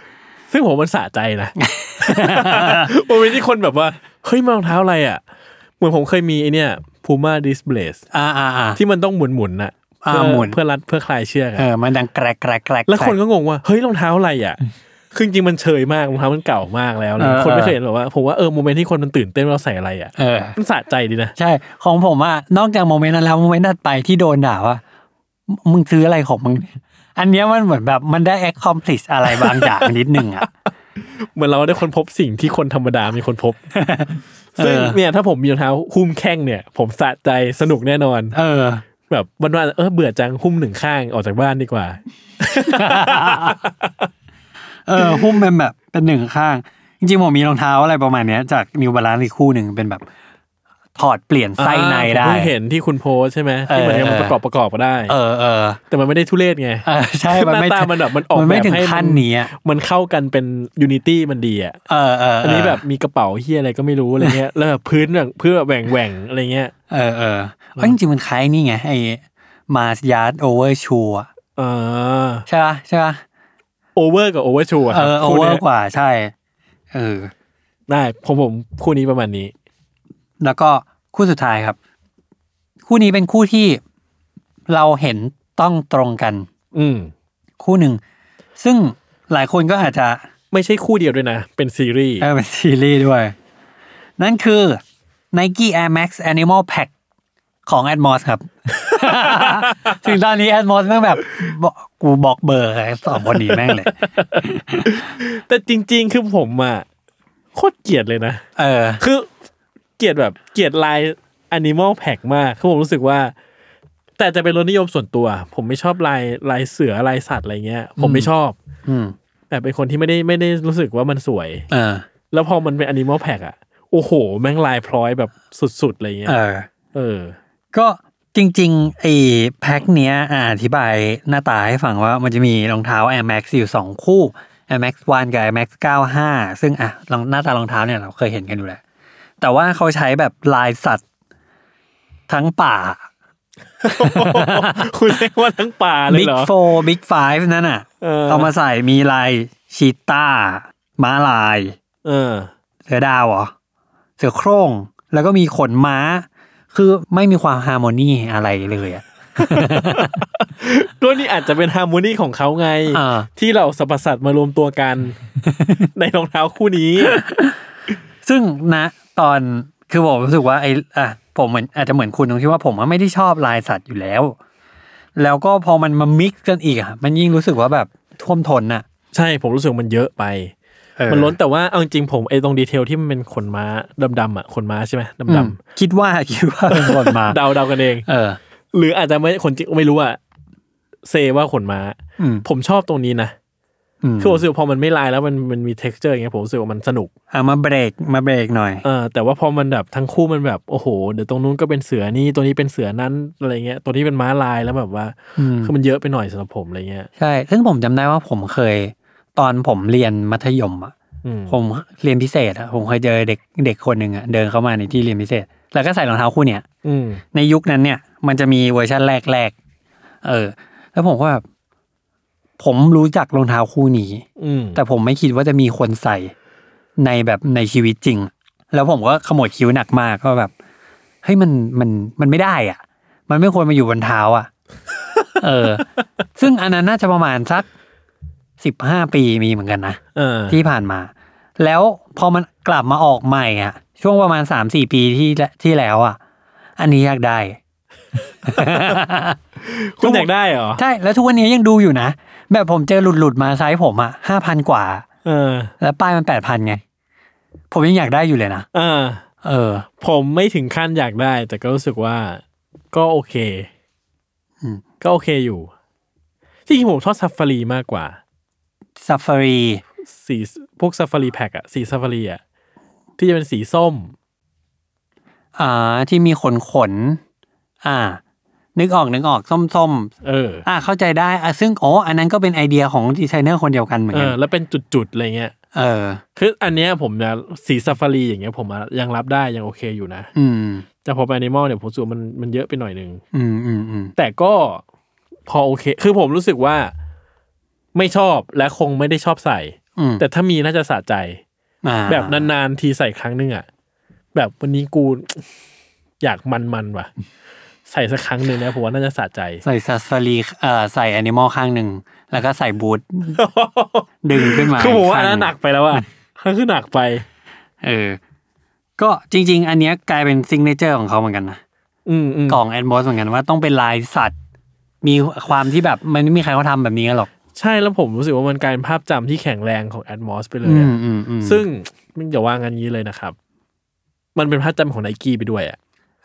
[SPEAKER 3] ซึ่งผมว่ามันสะใจ นะ ผมเป็นที่คนแบบว่า เฮ้ยมารองเท้าอะไรอ่ะ เหมือนผมเคยมีไอเนี่ยพูม่าดิสเบลส
[SPEAKER 2] อ่าอ่าอ่า
[SPEAKER 3] ที่มันต้องหมุนหมุนๆน่ะ
[SPEAKER 2] อ่า
[SPEAKER 3] เพื่อ
[SPEAKER 2] หมุน
[SPEAKER 3] เพื่อรัดเพื่อคลายเชือกอะ
[SPEAKER 2] เออ มันดังแกรกแกรกแกรก
[SPEAKER 3] แล้วคนก็งงว่า เฮ้ยรองเท้าอะไรอ่ะ คือจริงๆมันเฉยมากรองเท้ามันเก่ามากแล้วนะ
[SPEAKER 2] เออ
[SPEAKER 3] คนไม่เคยเห็นหรอกว่าผมว่าเออโมเมนต์ที่คนมันตื่นเต้นว่าเราใส่อะไรอ่ะ
[SPEAKER 2] เออ
[SPEAKER 3] มันสะใจดีนะ
[SPEAKER 2] ใช่ ของผมอ่ะ นอกจากโมเมนต์นั้นแล้วโมเมนต์ถัดไปที่โดนด่าว่า มึมึงซื้ออะไรของมึงเนี่ยอันเนี้ยมันเหมือนแบบมันได้แอคคอมพลิสอะไรบางอย่างนิดนึงอ่ะ
[SPEAKER 3] เหมือนเราได้คนพบสิ่งที่คนธรรมดามีคน พบ
[SPEAKER 2] เออ
[SPEAKER 3] ซึ่งเนี่ยถ้าผมมีรองเท้าหุ้มแข้งเนี่ย ผมสะใจสนุกแน่นอน
[SPEAKER 2] เออ
[SPEAKER 3] แบบวันว่าเออเบื่อจังหุ้มหนึ่งข้างออกจากบ้านดีกว่า
[SPEAKER 2] เออหุ้มเป็นแบบเป็นหนึ่งข้าง จริงๆผมมีรองเท้าอะไรประมาณเนี้ยจากนิวบาลานซ์อีกคู่หนึ่งเป็นแบบ ถอดเปลี่ยนไส้ในได้
[SPEAKER 3] อ่าผมเพิ่งเห็นที่คุณโพสใช่ไหม
[SPEAKER 2] เออ
[SPEAKER 3] ที่เหมือนกับมันประกอบประกอบก็ได้
[SPEAKER 2] เออเออ
[SPEAKER 3] แต่มันไม่ได้ทุเรศไง
[SPEAKER 2] เออใช่มันไม่
[SPEAKER 3] หน้าตามันแบบมันออก
[SPEAKER 2] มันไม่
[SPEAKER 3] แบบ
[SPEAKER 2] ถึง
[SPEAKER 3] ให้มัน
[SPEAKER 2] ขั้นนี้อะ
[SPEAKER 3] มันเข้ากันเป็นยูนิตี้มันดีอ่ะ
[SPEAKER 2] เออเออเ
[SPEAKER 3] อันนี้แบบมีกระเป๋าเฮียอะไรก็ไม่รู้อะไรเงี้ยแล้วแบบพื้นแบบเพื่อแหว่งแหว่งๆอะไรเงี้ย
[SPEAKER 2] เออเออเอ้ยจริงๆมันคล้ายนี่ไงไอ้มาสยาร์ดโอเวอร์ชู
[SPEAKER 3] เออ
[SPEAKER 2] ใช่ปะใช่ปะ
[SPEAKER 3] โอเวอร์กับโอเวอร์ชู
[SPEAKER 2] เออโอเวอร์กว่าใช่ เออ
[SPEAKER 3] ได้ผมผมคู่นี้ประมาณนี้
[SPEAKER 2] แล้วก็คู่สุดท้ายครับ คู่นี้เป็นคู่ที่เราเห็นต้องตรงกัน
[SPEAKER 3] อืม
[SPEAKER 2] คู่หนึ่ง ซึ่งหลายคนก็อาจจะ
[SPEAKER 3] ไม่ใช่คู่เดียวด้วยนะ เป็นซีรีส์
[SPEAKER 2] เออเป็นซีรีส์ด้วย นั่นคือ Nike Air Max Animal Pack ของ Atmos ครับ ถึงตอนนี้ Atmos แม่งแบบบอกกูบอกเบอร์กับสองคนนี้แม่งเลย
[SPEAKER 3] แต่จริง ๆ คือผมอ่ะโคตรเกลียดเลยนะ
[SPEAKER 2] เออ
[SPEAKER 3] คือเกลียดแบบเกลียดลาย Animal Pack มากคือผมรู้สึกว่า แต่จะเป็นรสนิยมส่วนตัว ผมไม่ชอบลายลายเสือลายสัตว์อะไรเงี้ย ผมไม่ชอบ
[SPEAKER 2] อืม
[SPEAKER 3] แต่เป็นคนที่ไม่ได้ไม่ได้รู้สึกว่ามันสวย
[SPEAKER 2] เออ
[SPEAKER 3] แล้วพอมันเป็น Animal Pack อ่ะโอ้โห แม่งลายพลอยแบบสุดๆอะไรเงี้ย
[SPEAKER 2] เออ
[SPEAKER 3] เออ
[SPEAKER 2] ก็จริงๆไอ้แพ็คเนี้ยอ่าอธิบายหน้าตาให้ฟังว่ามันจะมีรองเท้า Air Max อยู่ 2 คู่ Air Max 1 กับ Air Max 95 ซึ่งอ่ะรองหน้าตารองเท้าเนี่ยเราเคยเห็นกันอยู่แล้ว แต่ว่าเขาใช้แบบลายสัตว์ทั้งป่า
[SPEAKER 3] คุณเรียกว่าทั้งป่าเลย
[SPEAKER 2] บิ๊
[SPEAKER 3] เหร
[SPEAKER 2] ก
[SPEAKER 3] อ
[SPEAKER 2] โฟบิ๊กไฟฟ์นั่นอ่ะ
[SPEAKER 3] เออ
[SPEAKER 2] เอามาใส่มีลายชีต้าม้าลาย
[SPEAKER 3] เออ
[SPEAKER 2] เสือดาวเหรอ เสือโคร่ง แล้วก็มีขนม้า คือไม่มีความฮาร์โมนีอะไรเลยอ่ะ
[SPEAKER 3] ก็นี่อาจจะเป็นฮาร์โมนีของเขาไง
[SPEAKER 2] อ่า
[SPEAKER 3] ที่เราสรรพสัตว์มารวมตัวกัน ในรองเท้าคู่นี้
[SPEAKER 2] ซึ่งนะตอนคือผมรู้สึกว่าไอ้อ่ะผมเหมือนอาจจะเหมือนคุณตรงที่ว่าผมอะไม่ได้ชอบลายสัตว์อยู่แล้ว แล้วก็พอมันมามิกซ์กันอีกอะมันยิ่งรู้สึกว่าแบบท่วมทนน่ะ
[SPEAKER 3] ใช่ผมรู้สึกมันเยอะไป
[SPEAKER 2] เออ
[SPEAKER 3] มันล้นแต่ว่าเอาจริงๆผมไอ้ตรงดีเทลที่มันเป็นขนม้าดำๆอ่ะขนม้าใช่ไหม
[SPEAKER 2] อื
[SPEAKER 3] ด
[SPEAKER 2] มคิดว่าคิดว่าเป็นคนมา
[SPEAKER 3] ำๆเดาเดากันเอง
[SPEAKER 2] เออ
[SPEAKER 3] หรืออาจจะไม่คนจริงไม่รู้อ่ะ เซว่าขนม้า
[SPEAKER 2] อืม
[SPEAKER 3] ผมชอบตรงนี้นะ
[SPEAKER 2] ม
[SPEAKER 3] คือผมรู้สึกว่าพอมันไม่ลายแล้วมันมันมี t e x t อร์อย่างเงี้ยผมรู้สึกว่ามันสนุก
[SPEAKER 2] อ่ะมาเบรกมาเบรกหน่อย
[SPEAKER 3] เออแต่ว่าพอมันแบบทั้งคู่มันแบบโอ้โหเดี๋ยวตรงนู้นก็เป็นเสือนี่ตัวนี้เป็นเสือนั้นอะไรเงี้ยตัวนี้เป็นม้าลายแล้วแบบว่า
[SPEAKER 2] อืม
[SPEAKER 3] คือมันเยอะไปหน่อยสำหรับผมอะไรเงี้ย
[SPEAKER 2] ใช่ ซึ่งผมจำได้ว่าผมเคย ตอนผมเรียนมัธยมอ่ะ
[SPEAKER 3] อืม
[SPEAKER 2] ผมเรียนพิเศษอ่ะ ผมเคยเจอเด็กเด็กคนหนึ่งอ่ะเดินเข้ามาในที่เรียนพิเศษ แล้วก็ใส่รองเท้าคู่เนี่ย
[SPEAKER 3] อืม
[SPEAKER 2] ในยุคนั้นเนี่ย มันจะมีเวอร์ชันแรกๆ เออ แล้วผมก็แบบผมรู้จักรองเท้าคู่นี้
[SPEAKER 3] อืม
[SPEAKER 2] แต่ผมไม่คิดว่าจะมีคนใส่ในแบบในชีวิตจริง แล้วผมก็ขมวดคิ้วหนักมากก็แบบเฮ้ยมันมันมันไม่ได้อ่ะ มันไม่ควรมาอยู่บนเท้าอ่ะ เออ ซึ่งอันนั้นน่าจะประมาณสักสิบห้าปีมีเหมือนกันนะ
[SPEAKER 3] เออ
[SPEAKER 2] ที่ผ่านมา แล้วพอมันกลับมาออกใหม่อ่ะ ช่วงประมาณสามสี่ปีที่และที่แล้วอ่ะ อันนี้อยากได้
[SPEAKER 3] คุณอยากได้เหรอ
[SPEAKER 2] ใช่ แล้วทุกวันนี้ยังดูอยู่นะ แบบผมเจอหลุดหลุดๆมาไซส์ผมอ่ะห้าพันกว่า
[SPEAKER 3] เออ
[SPEAKER 2] แล้วป้ายมันแปดพันไง ผมยังอยากได้อยู่เลยนะ
[SPEAKER 3] เออ
[SPEAKER 2] เออ
[SPEAKER 3] ผมไม่ถึงขั้นอยากได้ แต่ก็รู้สึกว่าก็โอเค
[SPEAKER 2] อืม
[SPEAKER 3] ก็โอเคอยู่ ที่จริงผมชอบซัฟฟารีมากกว่า
[SPEAKER 2] ซัฟฟารี
[SPEAKER 3] สีพวกซัฟฟารีแพ็กอะสีซัฟฟารีอะที่จะเป็นสีส้ม
[SPEAKER 2] อ่าที่มีขนขนๆอ่า นึกออกนึกออกส้มส้ม
[SPEAKER 3] เออ
[SPEAKER 2] ๆอ่าเข้าใจได้อ่าซึ่งโอ้อันนั้นก็เป็นไอเดียของดีไซเนอร์คนเดียวกันเหมือน
[SPEAKER 3] เอ
[SPEAKER 2] กัน
[SPEAKER 3] อแล้วเป็นจุดๆอะไรเงี้ย
[SPEAKER 2] เออ
[SPEAKER 3] คืออันเนี้ยผมนะสีซัฟฟารีอย่างเงี้ยผมอะยังรับได้ยังโอเคอยู่นะ
[SPEAKER 2] อืม
[SPEAKER 3] แต่พอเป็นแอนิมอลเนี่ยผมรู้สูมันมันเยอะไปหน่อยนึง
[SPEAKER 2] อืมอืมอืม
[SPEAKER 3] แต่ก็พอโอเค คือผมรู้สึกว่าไม่ชอบและคงไม่ได้ชอบใส่
[SPEAKER 2] อืม
[SPEAKER 3] แต่ถ้ามีน่าจะสะใจ
[SPEAKER 2] อ่า
[SPEAKER 3] แบบนานๆทีใส่ครั้งหนึงอะแบบวันนี้กู อยากมันๆว่ะ ใส่สักครั้งหนึ่งนะผมว่าน่าจะ สะใจ
[SPEAKER 2] ใส่ซัฟฟารีเอ่อใส่แอนิมอลข้างหนึ่ง แล้วก็ใส่บูทดึงขึ้นมา
[SPEAKER 3] คือผมว่าอันนั้นห
[SPEAKER 2] ข้
[SPEAKER 3] นั
[SPEAKER 2] ง
[SPEAKER 3] กไปแล้วอะนั่นคือหนักไป
[SPEAKER 2] เออ ก็จริง ๆ อันเนี้ยกลายเป็นซิงเกิลของเขาเหมือนกันนะ
[SPEAKER 3] อืมอืม
[SPEAKER 2] กล่องแอนบอสเหมือนกันว่าต้องเป็นลายสัตว์ มีความที่แบบมันไม่มีใครเขาทำแบบนี้กันหรอก
[SPEAKER 3] ใช่แล้วผมรู้สึกว่ามันกลายเป็นภาพจำที่แข็งแรงของแอดมอสไปเลย
[SPEAKER 2] อื
[SPEAKER 3] อะ
[SPEAKER 2] มอืมอืม
[SPEAKER 3] ซึ่ง มันอย่าว่างันนี้เลยนะครับ มันเป็นภาพจำของไนกี้ไปด้วยอะ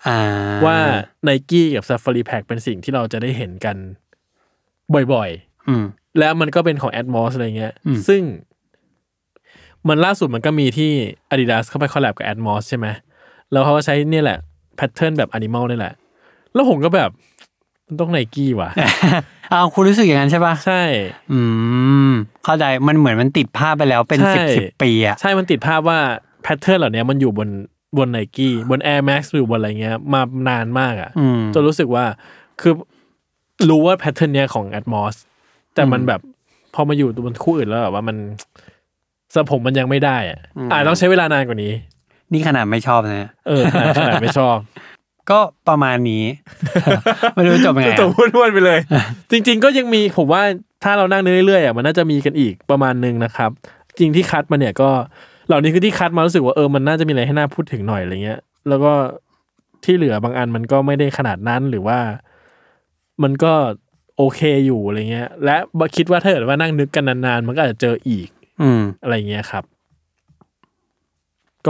[SPEAKER 2] อ่า
[SPEAKER 3] ว่าไนกี้กับซัฟฟารีแพ็เป็นสิ่งที่เราจะได้เห็นกันบ่อยๆ
[SPEAKER 2] อืม
[SPEAKER 3] แล้วมันก็เป็นของ Atmos อะไรเงี้ย
[SPEAKER 2] อืม
[SPEAKER 3] ซึ่ง มันล่าสุดมันก็มีที่ Adidas เข้าไปคอลแลบกับ Atmos ใช่ไหม แล้วเขาก็ใช้เนี่ยแหละ แพทเทิร์นแบบอนิม l ลนี่แหละ แล้วผมก็แบบ มันต้องไนกี้ ว่ะ
[SPEAKER 2] เอาคุณรู้สึกอย่างนั้นใช่ปะ
[SPEAKER 3] ใช่
[SPEAKER 2] อืม เข้าใจมันเหมือนมันติดภาพไปแล้วเป็น
[SPEAKER 3] ใช่
[SPEAKER 2] สิบสิบปีอะ
[SPEAKER 3] ใช่มันติดภาพว่าแพทเทิร์นเหล่านี้มันอยู่บนบนไนกี้บน Air Max หรือบนอะไรเงี้ย มานานมากอะ
[SPEAKER 2] อืม
[SPEAKER 3] จนรู้สึกว่าคือรู้ว่าแพทเทิร์นเนี้ยของ Atmos แต่มันแบบพอมาอยู่บนคู่อื่นแล้วแบบว่ามันสำหรับผมมันยังไม่ได้อะอ่าต้องใช้เวลานานกว่านี้
[SPEAKER 2] นี่ขนาดไม่ชอบนะ
[SPEAKER 3] เออขนาดขนาดไม่ชอบ
[SPEAKER 2] ก็ประมาณ นี้ ไม่รู้จบยังไง
[SPEAKER 3] ตก
[SPEAKER 2] อะ
[SPEAKER 3] วนวนๆไปเลย จริง ๆ ก็ยังมีผมว่าถ้าเรานั่งนึกเรื่อยๆอ่ะมันน่าจะมีกันอีกประมาณนึงนะครับ จริงที่คัดมาเนี่ยก็ เหล่านี้คือที่คัดมารู้สึกว่าเออมันน่าจะมีอะไรให้น่าพูดถึงหน่อยอะไรเงี้ย แล้วก็ที่เหลือบางอันมันก็ไม่ได้ขนาดนั้นหรือว่า มันก็โอเคอยู่อะไรเงี้ย และคิดว่าถ้าเกิดว่านั่งนึกกันนานๆมันก็อาจจะเจออีก
[SPEAKER 2] อืม
[SPEAKER 3] อะไรเงี้ยครับ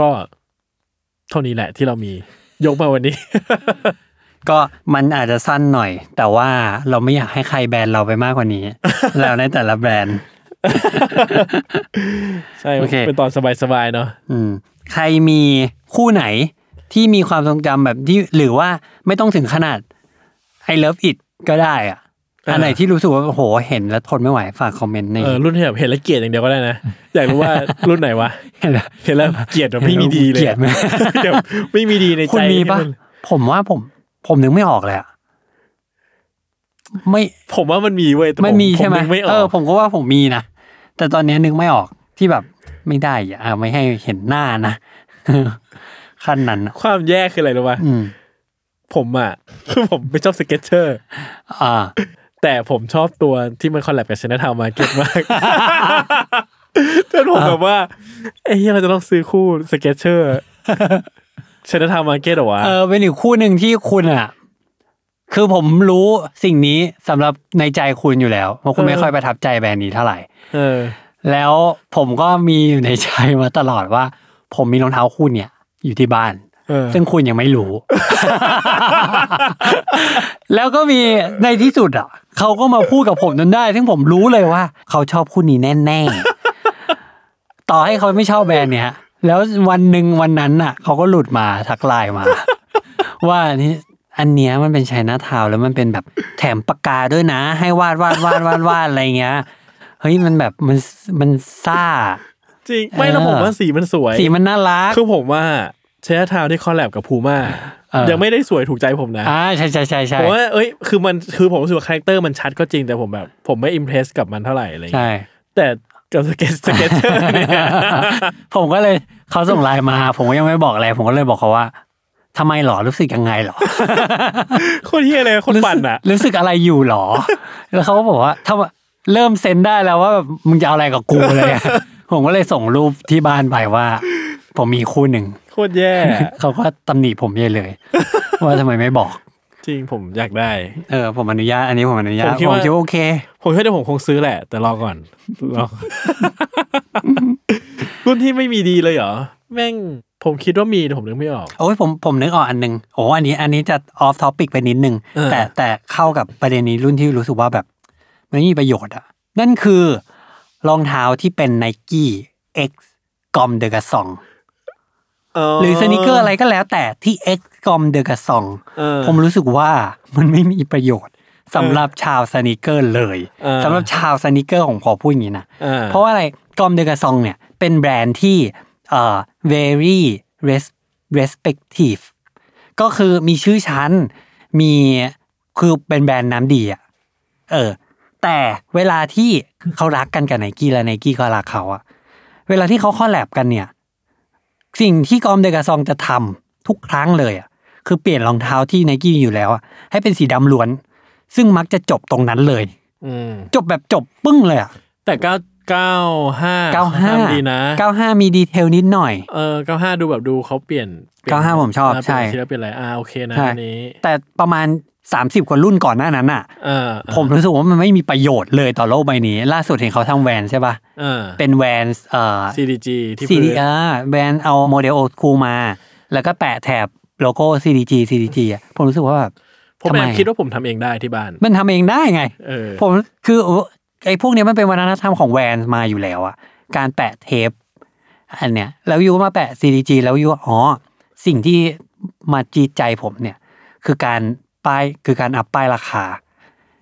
[SPEAKER 3] ก็เท่านี้แหละที่เรามียกมาวันนี้
[SPEAKER 2] ก็มันอาจจะสั้นหน่อย แต่ว่าเราไม่อยากให้ใครแบนเราไปมากกว่า นี้ แล้วในแต่ละแบรนด์
[SPEAKER 3] ใช่
[SPEAKER 2] โอเค
[SPEAKER 3] เป็นตอนสบายๆเนาะ
[SPEAKER 2] อืมใครมีคู่ไหนที่มีความทรงจำแบบที่หรือว่าไม่ต้องถึงขนาด I love it ก็ได้อ่ะ อันไหนที่รู้สึกว่า โอ้โห เห็นแล้วทนไม่ไหว ฝากคอมเมนต์ใน
[SPEAKER 3] เออรุ่นที่แบบเห็นแล้วเกลียดอย่างเดียวก็ ได้นะ อยากรู้ว่า รุ่นไหนวะ
[SPEAKER 2] เห็นแล้ว
[SPEAKER 3] เห็นแล้วเกลียดแบบไม่มีดี เลย
[SPEAKER 2] เกลียดไหม
[SPEAKER 3] แบบไม่มีดีในใจ
[SPEAKER 2] คุณมีปะ
[SPEAKER 3] ที่น
[SPEAKER 2] ผมว่าผม ผมนึกไม่ออกเลยอ่ะไม่
[SPEAKER 3] ผมว่ามันมีเว้ยแต่ผ
[SPEAKER 2] ไม่มีใช่ไหม
[SPEAKER 3] ผนึกไม่อ
[SPEAKER 2] เอ
[SPEAKER 3] อ
[SPEAKER 2] อก ผมก็ว่าผมมีนะ แต่ตอนนี้นึกไม่ออกที่แบบไม่ได้อ่ะอ่ะไม่ให้เห็นหน้านะ ขั้นนั้นอะ
[SPEAKER 3] ความแย่คืออะไรรู้ปะ
[SPEAKER 2] อืม
[SPEAKER 3] ผมอ่ะ คือผมไม่ชอบสเก็ตเชอร์
[SPEAKER 2] อ่า
[SPEAKER 3] แต่ผมชอบตัวที่มันคอลแลบกับชนะทาวมาเก็ตมาก จนผมแบบว่าไอ้เหี้ยเราจะต้องซื้อคู่สเก็ตเชอ ร์ชนะทาวมาเก็ตเหรอวะ
[SPEAKER 2] เออเป็นอีกคู่หนึ่งที่คุณอ่ะ คือผมรู้สิ่งนี้สำหรับในใจคุณอยู่แล้วเพราะคุณไม่ค่อยประทับใจแบรนด์นี้เท่าไหร่
[SPEAKER 3] เออ
[SPEAKER 2] แล้วผมก็มีอยู่ในใจมาตลอดว่า ผมมีรองเท้าคู่เนี่ยอยู่ที่บ้าน
[SPEAKER 3] เออ
[SPEAKER 2] ซึ่งคุณยังไม่รู้ แล้วก็มีในที่สุดอ่ะเขาก็มาพูดกับผมจนได้ ซึ่งผมรู้เลยว่า เขาชอบคู่นี้แน่ๆ ต่อให้เขาไม่ชอบแบรนด์เนี้ยแล้ววันหนึ่งวันนั้นอ่ะเขาก็หลุดมาทักไลน์มา ว่านี่อันเนี้ยมันเป็นไชน่าทาวน์แล้วมันเป็นแบบแถมปากกาด้วยนะ ให้วาดวาดวาดวาดวาดอะไรเงี้ยเฮ้ยมันแบบมันมันซ่า
[SPEAKER 3] จริง ไม่แล้ว
[SPEAKER 2] เออ
[SPEAKER 3] ผมว่าสีมันสวย
[SPEAKER 2] สีมันน่ารัก
[SPEAKER 3] คือผมว่าเชนทาวที่คอลแลบกับพูม่า
[SPEAKER 2] เออ
[SPEAKER 3] ยังไม่ได้สวยถูกใจผมนะ
[SPEAKER 2] อ่าใช่ใช่ใช่ใช่
[SPEAKER 3] ผมว่าเอ้ย คือมัน คือผมรู้สึกว่าคาแรคเตอร์มันชัดก็จริง แต่ผมแบบ ผมไม่อิมเพรสกับมันเท่าไหร่อะไรอย่าง
[SPEAKER 2] ใช่
[SPEAKER 3] เงี้ยแต่กับสเก็ตสเก็ตเตอร์เนี่ย
[SPEAKER 2] ผมก็เลยเขาส่งไลน์มา ผมก็ยังไม่บอกอะไร ผมก็เลยบอกเขาว่าทำไมหรอรู้สึกยังไงหรอ
[SPEAKER 3] โคตรเฮียเลยคนปั่นอ่ะ
[SPEAKER 2] รู้สึกรู้สึกอะไรอยู่หรอ แล้วเขาก็บอกว่าถ้าเริ่มเซ็นได้แล้วว่าแบบมึงจะเอาอะไรกับกูเลย อะผมก็เลยส่งรูปที่บ้านไปว่า ผมมีคู่หนึ่ง
[SPEAKER 3] โคตรแย่
[SPEAKER 2] เขาก็ตำหนิผมเยอะเลย ว่าทำไมไม่บอก
[SPEAKER 3] จริงผมอยากได้
[SPEAKER 2] เออ ผมอนุญาตอันนี้ผมอนุญาต
[SPEAKER 3] ผ
[SPEAKER 2] ผม ม
[SPEAKER 3] คิ
[SPEAKER 2] คิด
[SPEAKER 3] ดว่า
[SPEAKER 2] ว่าโอเค
[SPEAKER 3] ผมคิดว่าผมคงซื้อแหละ แต่รอก่อน รอ รุ่นที่ไม่มีดีเลยเหรอ แม่งผมคิดว่ามีแต่ผมนึกไม่ออก
[SPEAKER 2] โอ้ยผมผมนึกออกอันหนึ่งโอ้อันนี้อันนี้จะออฟท็อปิกไปนิดนึง
[SPEAKER 3] เออ
[SPEAKER 2] แต่แต่เข้ากับประเด็นนี้รุ่นที่รู้สึกว่าแบบ มันไม่มีประโยชน์อ่ะ นั่นคือรองเท้าที่เป็น n i กี้ X กอมเดอะกระซองหรือสนิเกอร์อะไรก็แล้วแต่ที่ X กอมเดอะกระซอง
[SPEAKER 3] เออ
[SPEAKER 2] ผมรู้สึกว่ามันไม่มีประโยชน์สำหรับชาวสนิเกอร์เลย
[SPEAKER 3] เออ
[SPEAKER 2] สำหรับชาวสนิเกอร์ของขอพูดอย่างนี้นะ
[SPEAKER 3] อ่
[SPEAKER 2] เพราะว่าอะไรกอมเดกาซองเนี่ย เป็นแบรนด์ที่เอ่อ very res- respective ก็คือมีชื่อชั้น มีคือเป็นแบรนด์น้ำดีอ่ะเออ แต่เวลาที่เขารักกันกับไนกี้และไนกี้ก็รักเขาอะเวลาที่เขาคอลแลบกันเนี่ย สิ่งที่กอมเดกาซองจะทำทุกครั้งเลยอะคือเปลี่ยนรองเท้าที่ไนกี้มีอยู่แล้วอะให้เป็นสีดำล้วน ซึ่งมักจะจบตรงนั้นเลย
[SPEAKER 3] อืม
[SPEAKER 2] จบแบบจบปึ้งเลยอะ
[SPEAKER 3] แต่เก้าเก้าห้า
[SPEAKER 2] เก้าห้า
[SPEAKER 3] ดีนะ
[SPEAKER 2] เก้าห้ามีดีเทลนิดหน่อย
[SPEAKER 3] เออเก้าห้าดูแบบดูเขาเปลี่ยนเปลี่ยน
[SPEAKER 2] เก้าห้าผมชอบ
[SPEAKER 3] เปลี่ยน
[SPEAKER 2] ใช่
[SPEAKER 3] ทีละเป็นอะไรอ่าโอเคนะ
[SPEAKER 2] ใช่
[SPEAKER 3] อันนี้
[SPEAKER 2] แต่ประมาณ 30กว่ารุ่นก่อนหน้านั้นอ่ะ
[SPEAKER 3] เออเออ
[SPEAKER 2] ผมรู้สึกว่ามันไม่มีประโยชน์เลยต่อโลกใบนี้ ล่าสุดเห็นเขาทำแวนใช่ป่ะ
[SPEAKER 3] เออ
[SPEAKER 2] เป็นแวนเอ่อ
[SPEAKER 3] CDG ที่พื้น
[SPEAKER 2] CDR แวนเอาโมเดลโอคูมา แล้วก็แปะแถบโลโก้ CDG CDG อ่ะผมรู้สึกว่าแบบ
[SPEAKER 3] ผม
[SPEAKER 2] ทำไม
[SPEAKER 3] แอบคิดว่าผมทำเองได้ที่บ้าน
[SPEAKER 2] มันทำเองได้ไง
[SPEAKER 3] เออ
[SPEAKER 2] ผมคือไอ้พวกเนี้ยมันเป็นวัฒนธรรมของแวนมาอยู่แล้วอะการแปะเทป อันเนี้ยแล้วยูก็มาแปะ CDG แล้วยูก็อ๋อ สิ่งที่มาจีดใจผมเนี่ย คือการป้ายคือการอัพป้ายราคา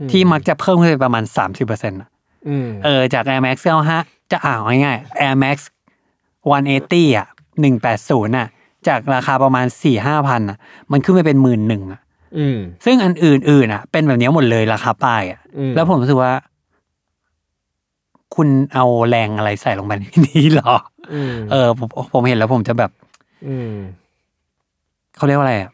[SPEAKER 3] อืม
[SPEAKER 2] ที่มักจะเพิ่มขึ้นไปประมาณ 30%อะ
[SPEAKER 3] อืม
[SPEAKER 2] เออจาก Air Max 5ฮะจะอ่าวง่ายๆ Air Max 180อ่ะ180อ่ะจากราคาประมาณ 4-5พันอ่ะมันขึ้นไปเป็นหมื่นหนึ่งอ่ะ
[SPEAKER 3] อืม
[SPEAKER 2] ซึ่งอันอื่นๆอ่ะ เป็นแบบเนี้ยหมดเลยราคาป้ายอ่ะ
[SPEAKER 3] อืม
[SPEAKER 2] แล้วผมรู้สึกว่า คุณเอาแรงอะไรใส่ลงไปในนี้หร อ
[SPEAKER 3] อืม
[SPEAKER 2] เออผมผมเห็นแล้วผมจะแบบ
[SPEAKER 3] อืม
[SPEAKER 2] เขาเรียกว่าอะไรอ่ะ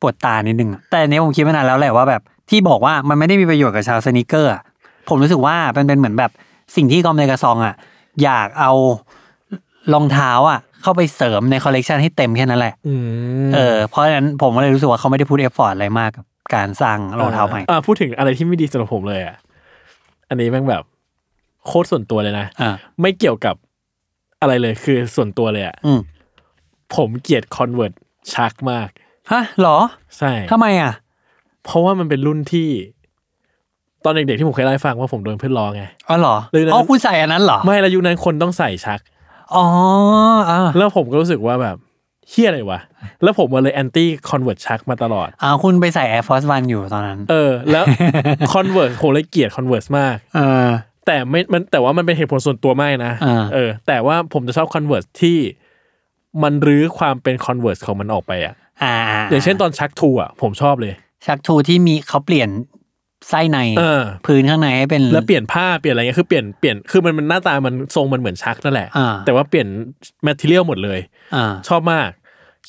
[SPEAKER 2] ปวดตานิดนึงอะแต่อันนี้ผมคิดมานานแล้วแหละว่าแบบ ที่บอกว่ามันไม่ได้มีประโยชน์กับชาวสนิเกอร์อะผมรู้สึกว่ามันเป็นเหมือนแบบสิ่งที่กอมในกระซองอ่ะ อยากเอารองเท้าอ่ะ เข้าไปเสริมในคอลเลกชันให้เต็มแค่นั้นแหละ
[SPEAKER 3] อืม
[SPEAKER 2] เออเพราะฉะนั้นผมก็เลยรู้สึกว่าเขาไม่ได้พูดเอฟฟอร์ตอะไรมากกับการสร้างรองเท้าใหม่
[SPEAKER 3] อ่าพูดถึงอะไรที่ไม่ดีสำหรับผมเลยอ่ะ อันนี้แม่งแบบโคตรส่วนตัวเลยนะ
[SPEAKER 2] อ่า
[SPEAKER 3] ไม่เกี่ยวกับอะไรเลยคือส่วนตัวเลยอ่ะ
[SPEAKER 2] อืม
[SPEAKER 3] ผมเกลียดคอนเวิร์ตชักมาก
[SPEAKER 2] ฮะเหรอ
[SPEAKER 3] ใช่
[SPEAKER 2] ทำไมอ่ะ
[SPEAKER 3] เพราะว่ามันเป็นรุ่นที่ ตอนเด็กๆที่ผมเคยเล่าให้ฟังว่าผมโดนเพื่อนล้อไง
[SPEAKER 2] อ๋อเหรอ
[SPEAKER 3] หรือนะ
[SPEAKER 2] อ๋อคุณใส่อันนั้นเหรอ
[SPEAKER 3] ไม่และยุคนั้นคนต้องใส่ชัก
[SPEAKER 2] อ๋ออ่า
[SPEAKER 3] แล้วผมก็รู้สึกว่าแบบเฮี้ยอะไรวะ แล้วผมมาเลยแอนตี้คอนเวิร์ตชักมาตลอด
[SPEAKER 2] อ่าคุณไปใส่ Air Force One อยู่ตอนนั้น
[SPEAKER 3] เออ แล้วคอนเวิร์ตผมเลยเกลียดคอนเวิร์สมาก
[SPEAKER 2] เออ
[SPEAKER 3] แต่ไม่มันแต่ว่ามันเป็นเหตุผลส่วนตัวไม่นะ
[SPEAKER 2] อ่า
[SPEAKER 3] เออ แต่ว่าผมจะชอบคอนเวิร์สที่มันรื้อความเป็นคอนเวิร์สของมันออกไปอะ
[SPEAKER 2] อ่า
[SPEAKER 3] อย่างเช่นตอนชักทูอ่ะ ผมชอบเลย
[SPEAKER 2] ชักทูที่มีเขาเปลี่ยนไส้ใน
[SPEAKER 3] เออ
[SPEAKER 2] พื้นข้างในให้เป็น
[SPEAKER 3] แล้วเปลี่ยนผ้าเปลี่ยนอะไรเงี้ยคือเปลี่ยนเปลี่ยนคือมันมันหน้าตามันทรงมันเหมือนชักนั่นแหละ
[SPEAKER 2] อ่า
[SPEAKER 3] แต่ว่าเปลี่ยนแมทเทียลหมดเลย
[SPEAKER 2] อ่า
[SPEAKER 3] ชอบมาก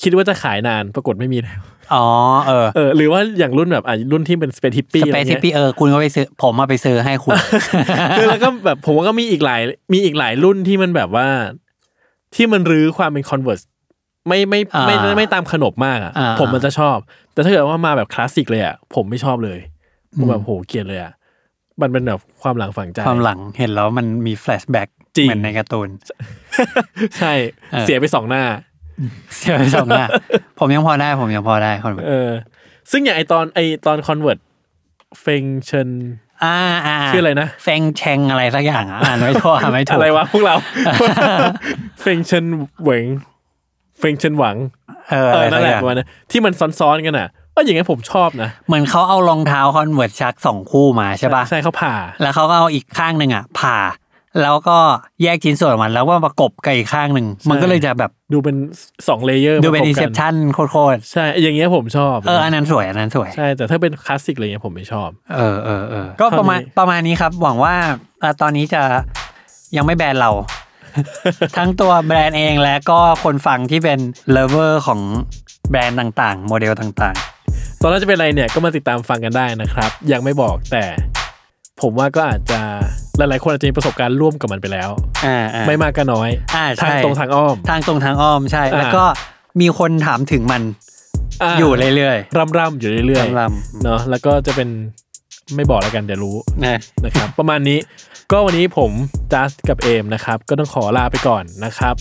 [SPEAKER 3] คิดว่าจะขายนานปรากฏไม่มีแล้ว
[SPEAKER 2] อ๋อ เออ
[SPEAKER 3] เออหรือว่าอย่างรุ่นแบบอ่ะรุ่นที่เป็นสเปซฮิปปี้
[SPEAKER 2] ส
[SPEAKER 3] อะไร
[SPEAKER 2] เปซ
[SPEAKER 3] เงี้
[SPEAKER 2] ทิ
[SPEAKER 3] ย
[SPEAKER 2] ปปี้เออ คุณก็ไปซื้อ ผมมาไปซื้อให้คุณ
[SPEAKER 3] คือแล้วก็แบบผมว่าก็มีอีกหลายมีอีกหลายรุ่นที่มันแบบว่า ที่มันรื้อความเป็น Converse ไม่ไม่
[SPEAKER 2] อ่า
[SPEAKER 3] ไม่ไม่ไม่ตามขนบมากอ่ะ
[SPEAKER 2] อ่า
[SPEAKER 3] ผมมันจะชอบ แต่ถ้าเกิดว่ามาแบบคลาสสิกเลยอ่ะผมไม่ชอบเลยผมแบบโหเกลียดเลยอ่ะมันเป็นแบบความหลังฝังใจ
[SPEAKER 2] ความหลังเห็นแล้วมันมีแฟลชแบ็ก
[SPEAKER 3] จริง
[SPEAKER 2] เหมือนในการ์ตูน
[SPEAKER 3] ใช่
[SPEAKER 2] เออ
[SPEAKER 3] เสียไปสองหน้า
[SPEAKER 2] เสียไปสองห น้าผมยังพอได้ ผมยังพอได้คน
[SPEAKER 3] เออ ซึ่งอย่างไอตอนไอตอนคอนเวิร์ตเฟงเชน
[SPEAKER 2] อ่าอ่า
[SPEAKER 3] ชื่ออะไรนะ
[SPEAKER 2] แฟงเชงอะไรสักอย่างอ่ะอ่านไม่ทั่วอ่านไม่ถูก
[SPEAKER 3] อะไรวะพวกเรา เฟงเชนเหวงเฟงเชนหวัง
[SPEAKER 2] เออ
[SPEAKER 3] เอ
[SPEAKER 2] อะไร
[SPEAKER 3] อ
[SPEAKER 2] สั
[SPEAKER 3] นั่น
[SPEAKER 2] ก
[SPEAKER 3] แห
[SPEAKER 2] อ
[SPEAKER 3] ละ
[SPEAKER 2] ย่าง
[SPEAKER 3] ประมาณนั้นที่มันซ้อนๆกันอ่ะก็อย่างงี้นผมชอบนะ
[SPEAKER 2] เหมือนเขาเอารองเท้าคอนเวิร์ตชักสองคู่มาใช่ป่ะ
[SPEAKER 3] ใช่เขาผ่า
[SPEAKER 2] แล้วเขาก็เอาอีกข้างหนึ่งอ่ะ ผ่า แล้วก็แยกชิ้นส่วนออกมาแล้วว่าประกบกับอีกข้างหนึ่ง มันก็เลยจะแบบ
[SPEAKER 3] ดูเป็นสองเลเยอร์
[SPEAKER 2] ดูเป็น
[SPEAKER 3] ประก
[SPEAKER 2] ดี
[SPEAKER 3] บ
[SPEAKER 2] เซ
[SPEAKER 3] กั
[SPEAKER 2] พชันโคตร
[SPEAKER 3] ใช่อย่างเงี้ยผมชอบ
[SPEAKER 2] ๆเอออันนั้นสวยอันนั้นสวย
[SPEAKER 3] ใช่แต่ถ้าเป็นคลาสสิกอะไรเงี้ยผมไม่ชอบ
[SPEAKER 2] เออเออเออก็ประมาณ
[SPEAKER 3] เท่านี้
[SPEAKER 2] ประมาณนี้ครับ หวังว่าเอ่อตอนนี้จะยังไม่แบ นเรา ทั้งตัวแบรนด์เองและก็คนฟังที่เป็นเลเวอร์ของแบรนด์ต่างๆ โมเดลต่าง
[SPEAKER 3] ตอนนั้นจะเป็นอะไรเนี่ยก็มาติดตามฟังกันได้นะครับ ยังไม่บอกแต่ผมว่าก็อาจจะหลายๆคนอาจจะมีประสบการณ์ร่วมกับมันไปแล้ว
[SPEAKER 2] ๆอ่าอ่า
[SPEAKER 3] ไม่มากก็น้อย
[SPEAKER 2] อ่าใช่
[SPEAKER 3] ทางตรงทางอ้อม
[SPEAKER 2] ทางตรงทางอ้อมใช่
[SPEAKER 3] อ่า
[SPEAKER 2] แล้วก็มีคนถามถึงมัน
[SPEAKER 3] อา
[SPEAKER 2] อยู่เรื่อย
[SPEAKER 3] ร่ำร่ำอยู่เรื่
[SPEAKER 2] ๆ
[SPEAKER 3] อย
[SPEAKER 2] ล
[SPEAKER 3] ๆเนาะแล้วก็จะเป็นไม่บอกแล้วกันเดี๋ยวรู้
[SPEAKER 2] ำๆนะ
[SPEAKER 3] นะครับ ประมาณนี้ก็วันนี้ผมจัสกับเอมนะครับ ก็ต้องขอลาไปก่อนนะครับ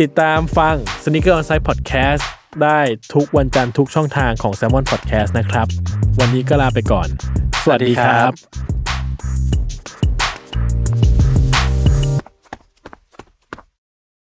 [SPEAKER 3] ติดตามฟัง Sneaker On Site Podcast ได้ทุกวันจันทร์ทุกช่องทางของ Salmon Podcast นะครับ วันนี้ก็ลาไปก่อน สวัสดีครับ
[SPEAKER 2] บ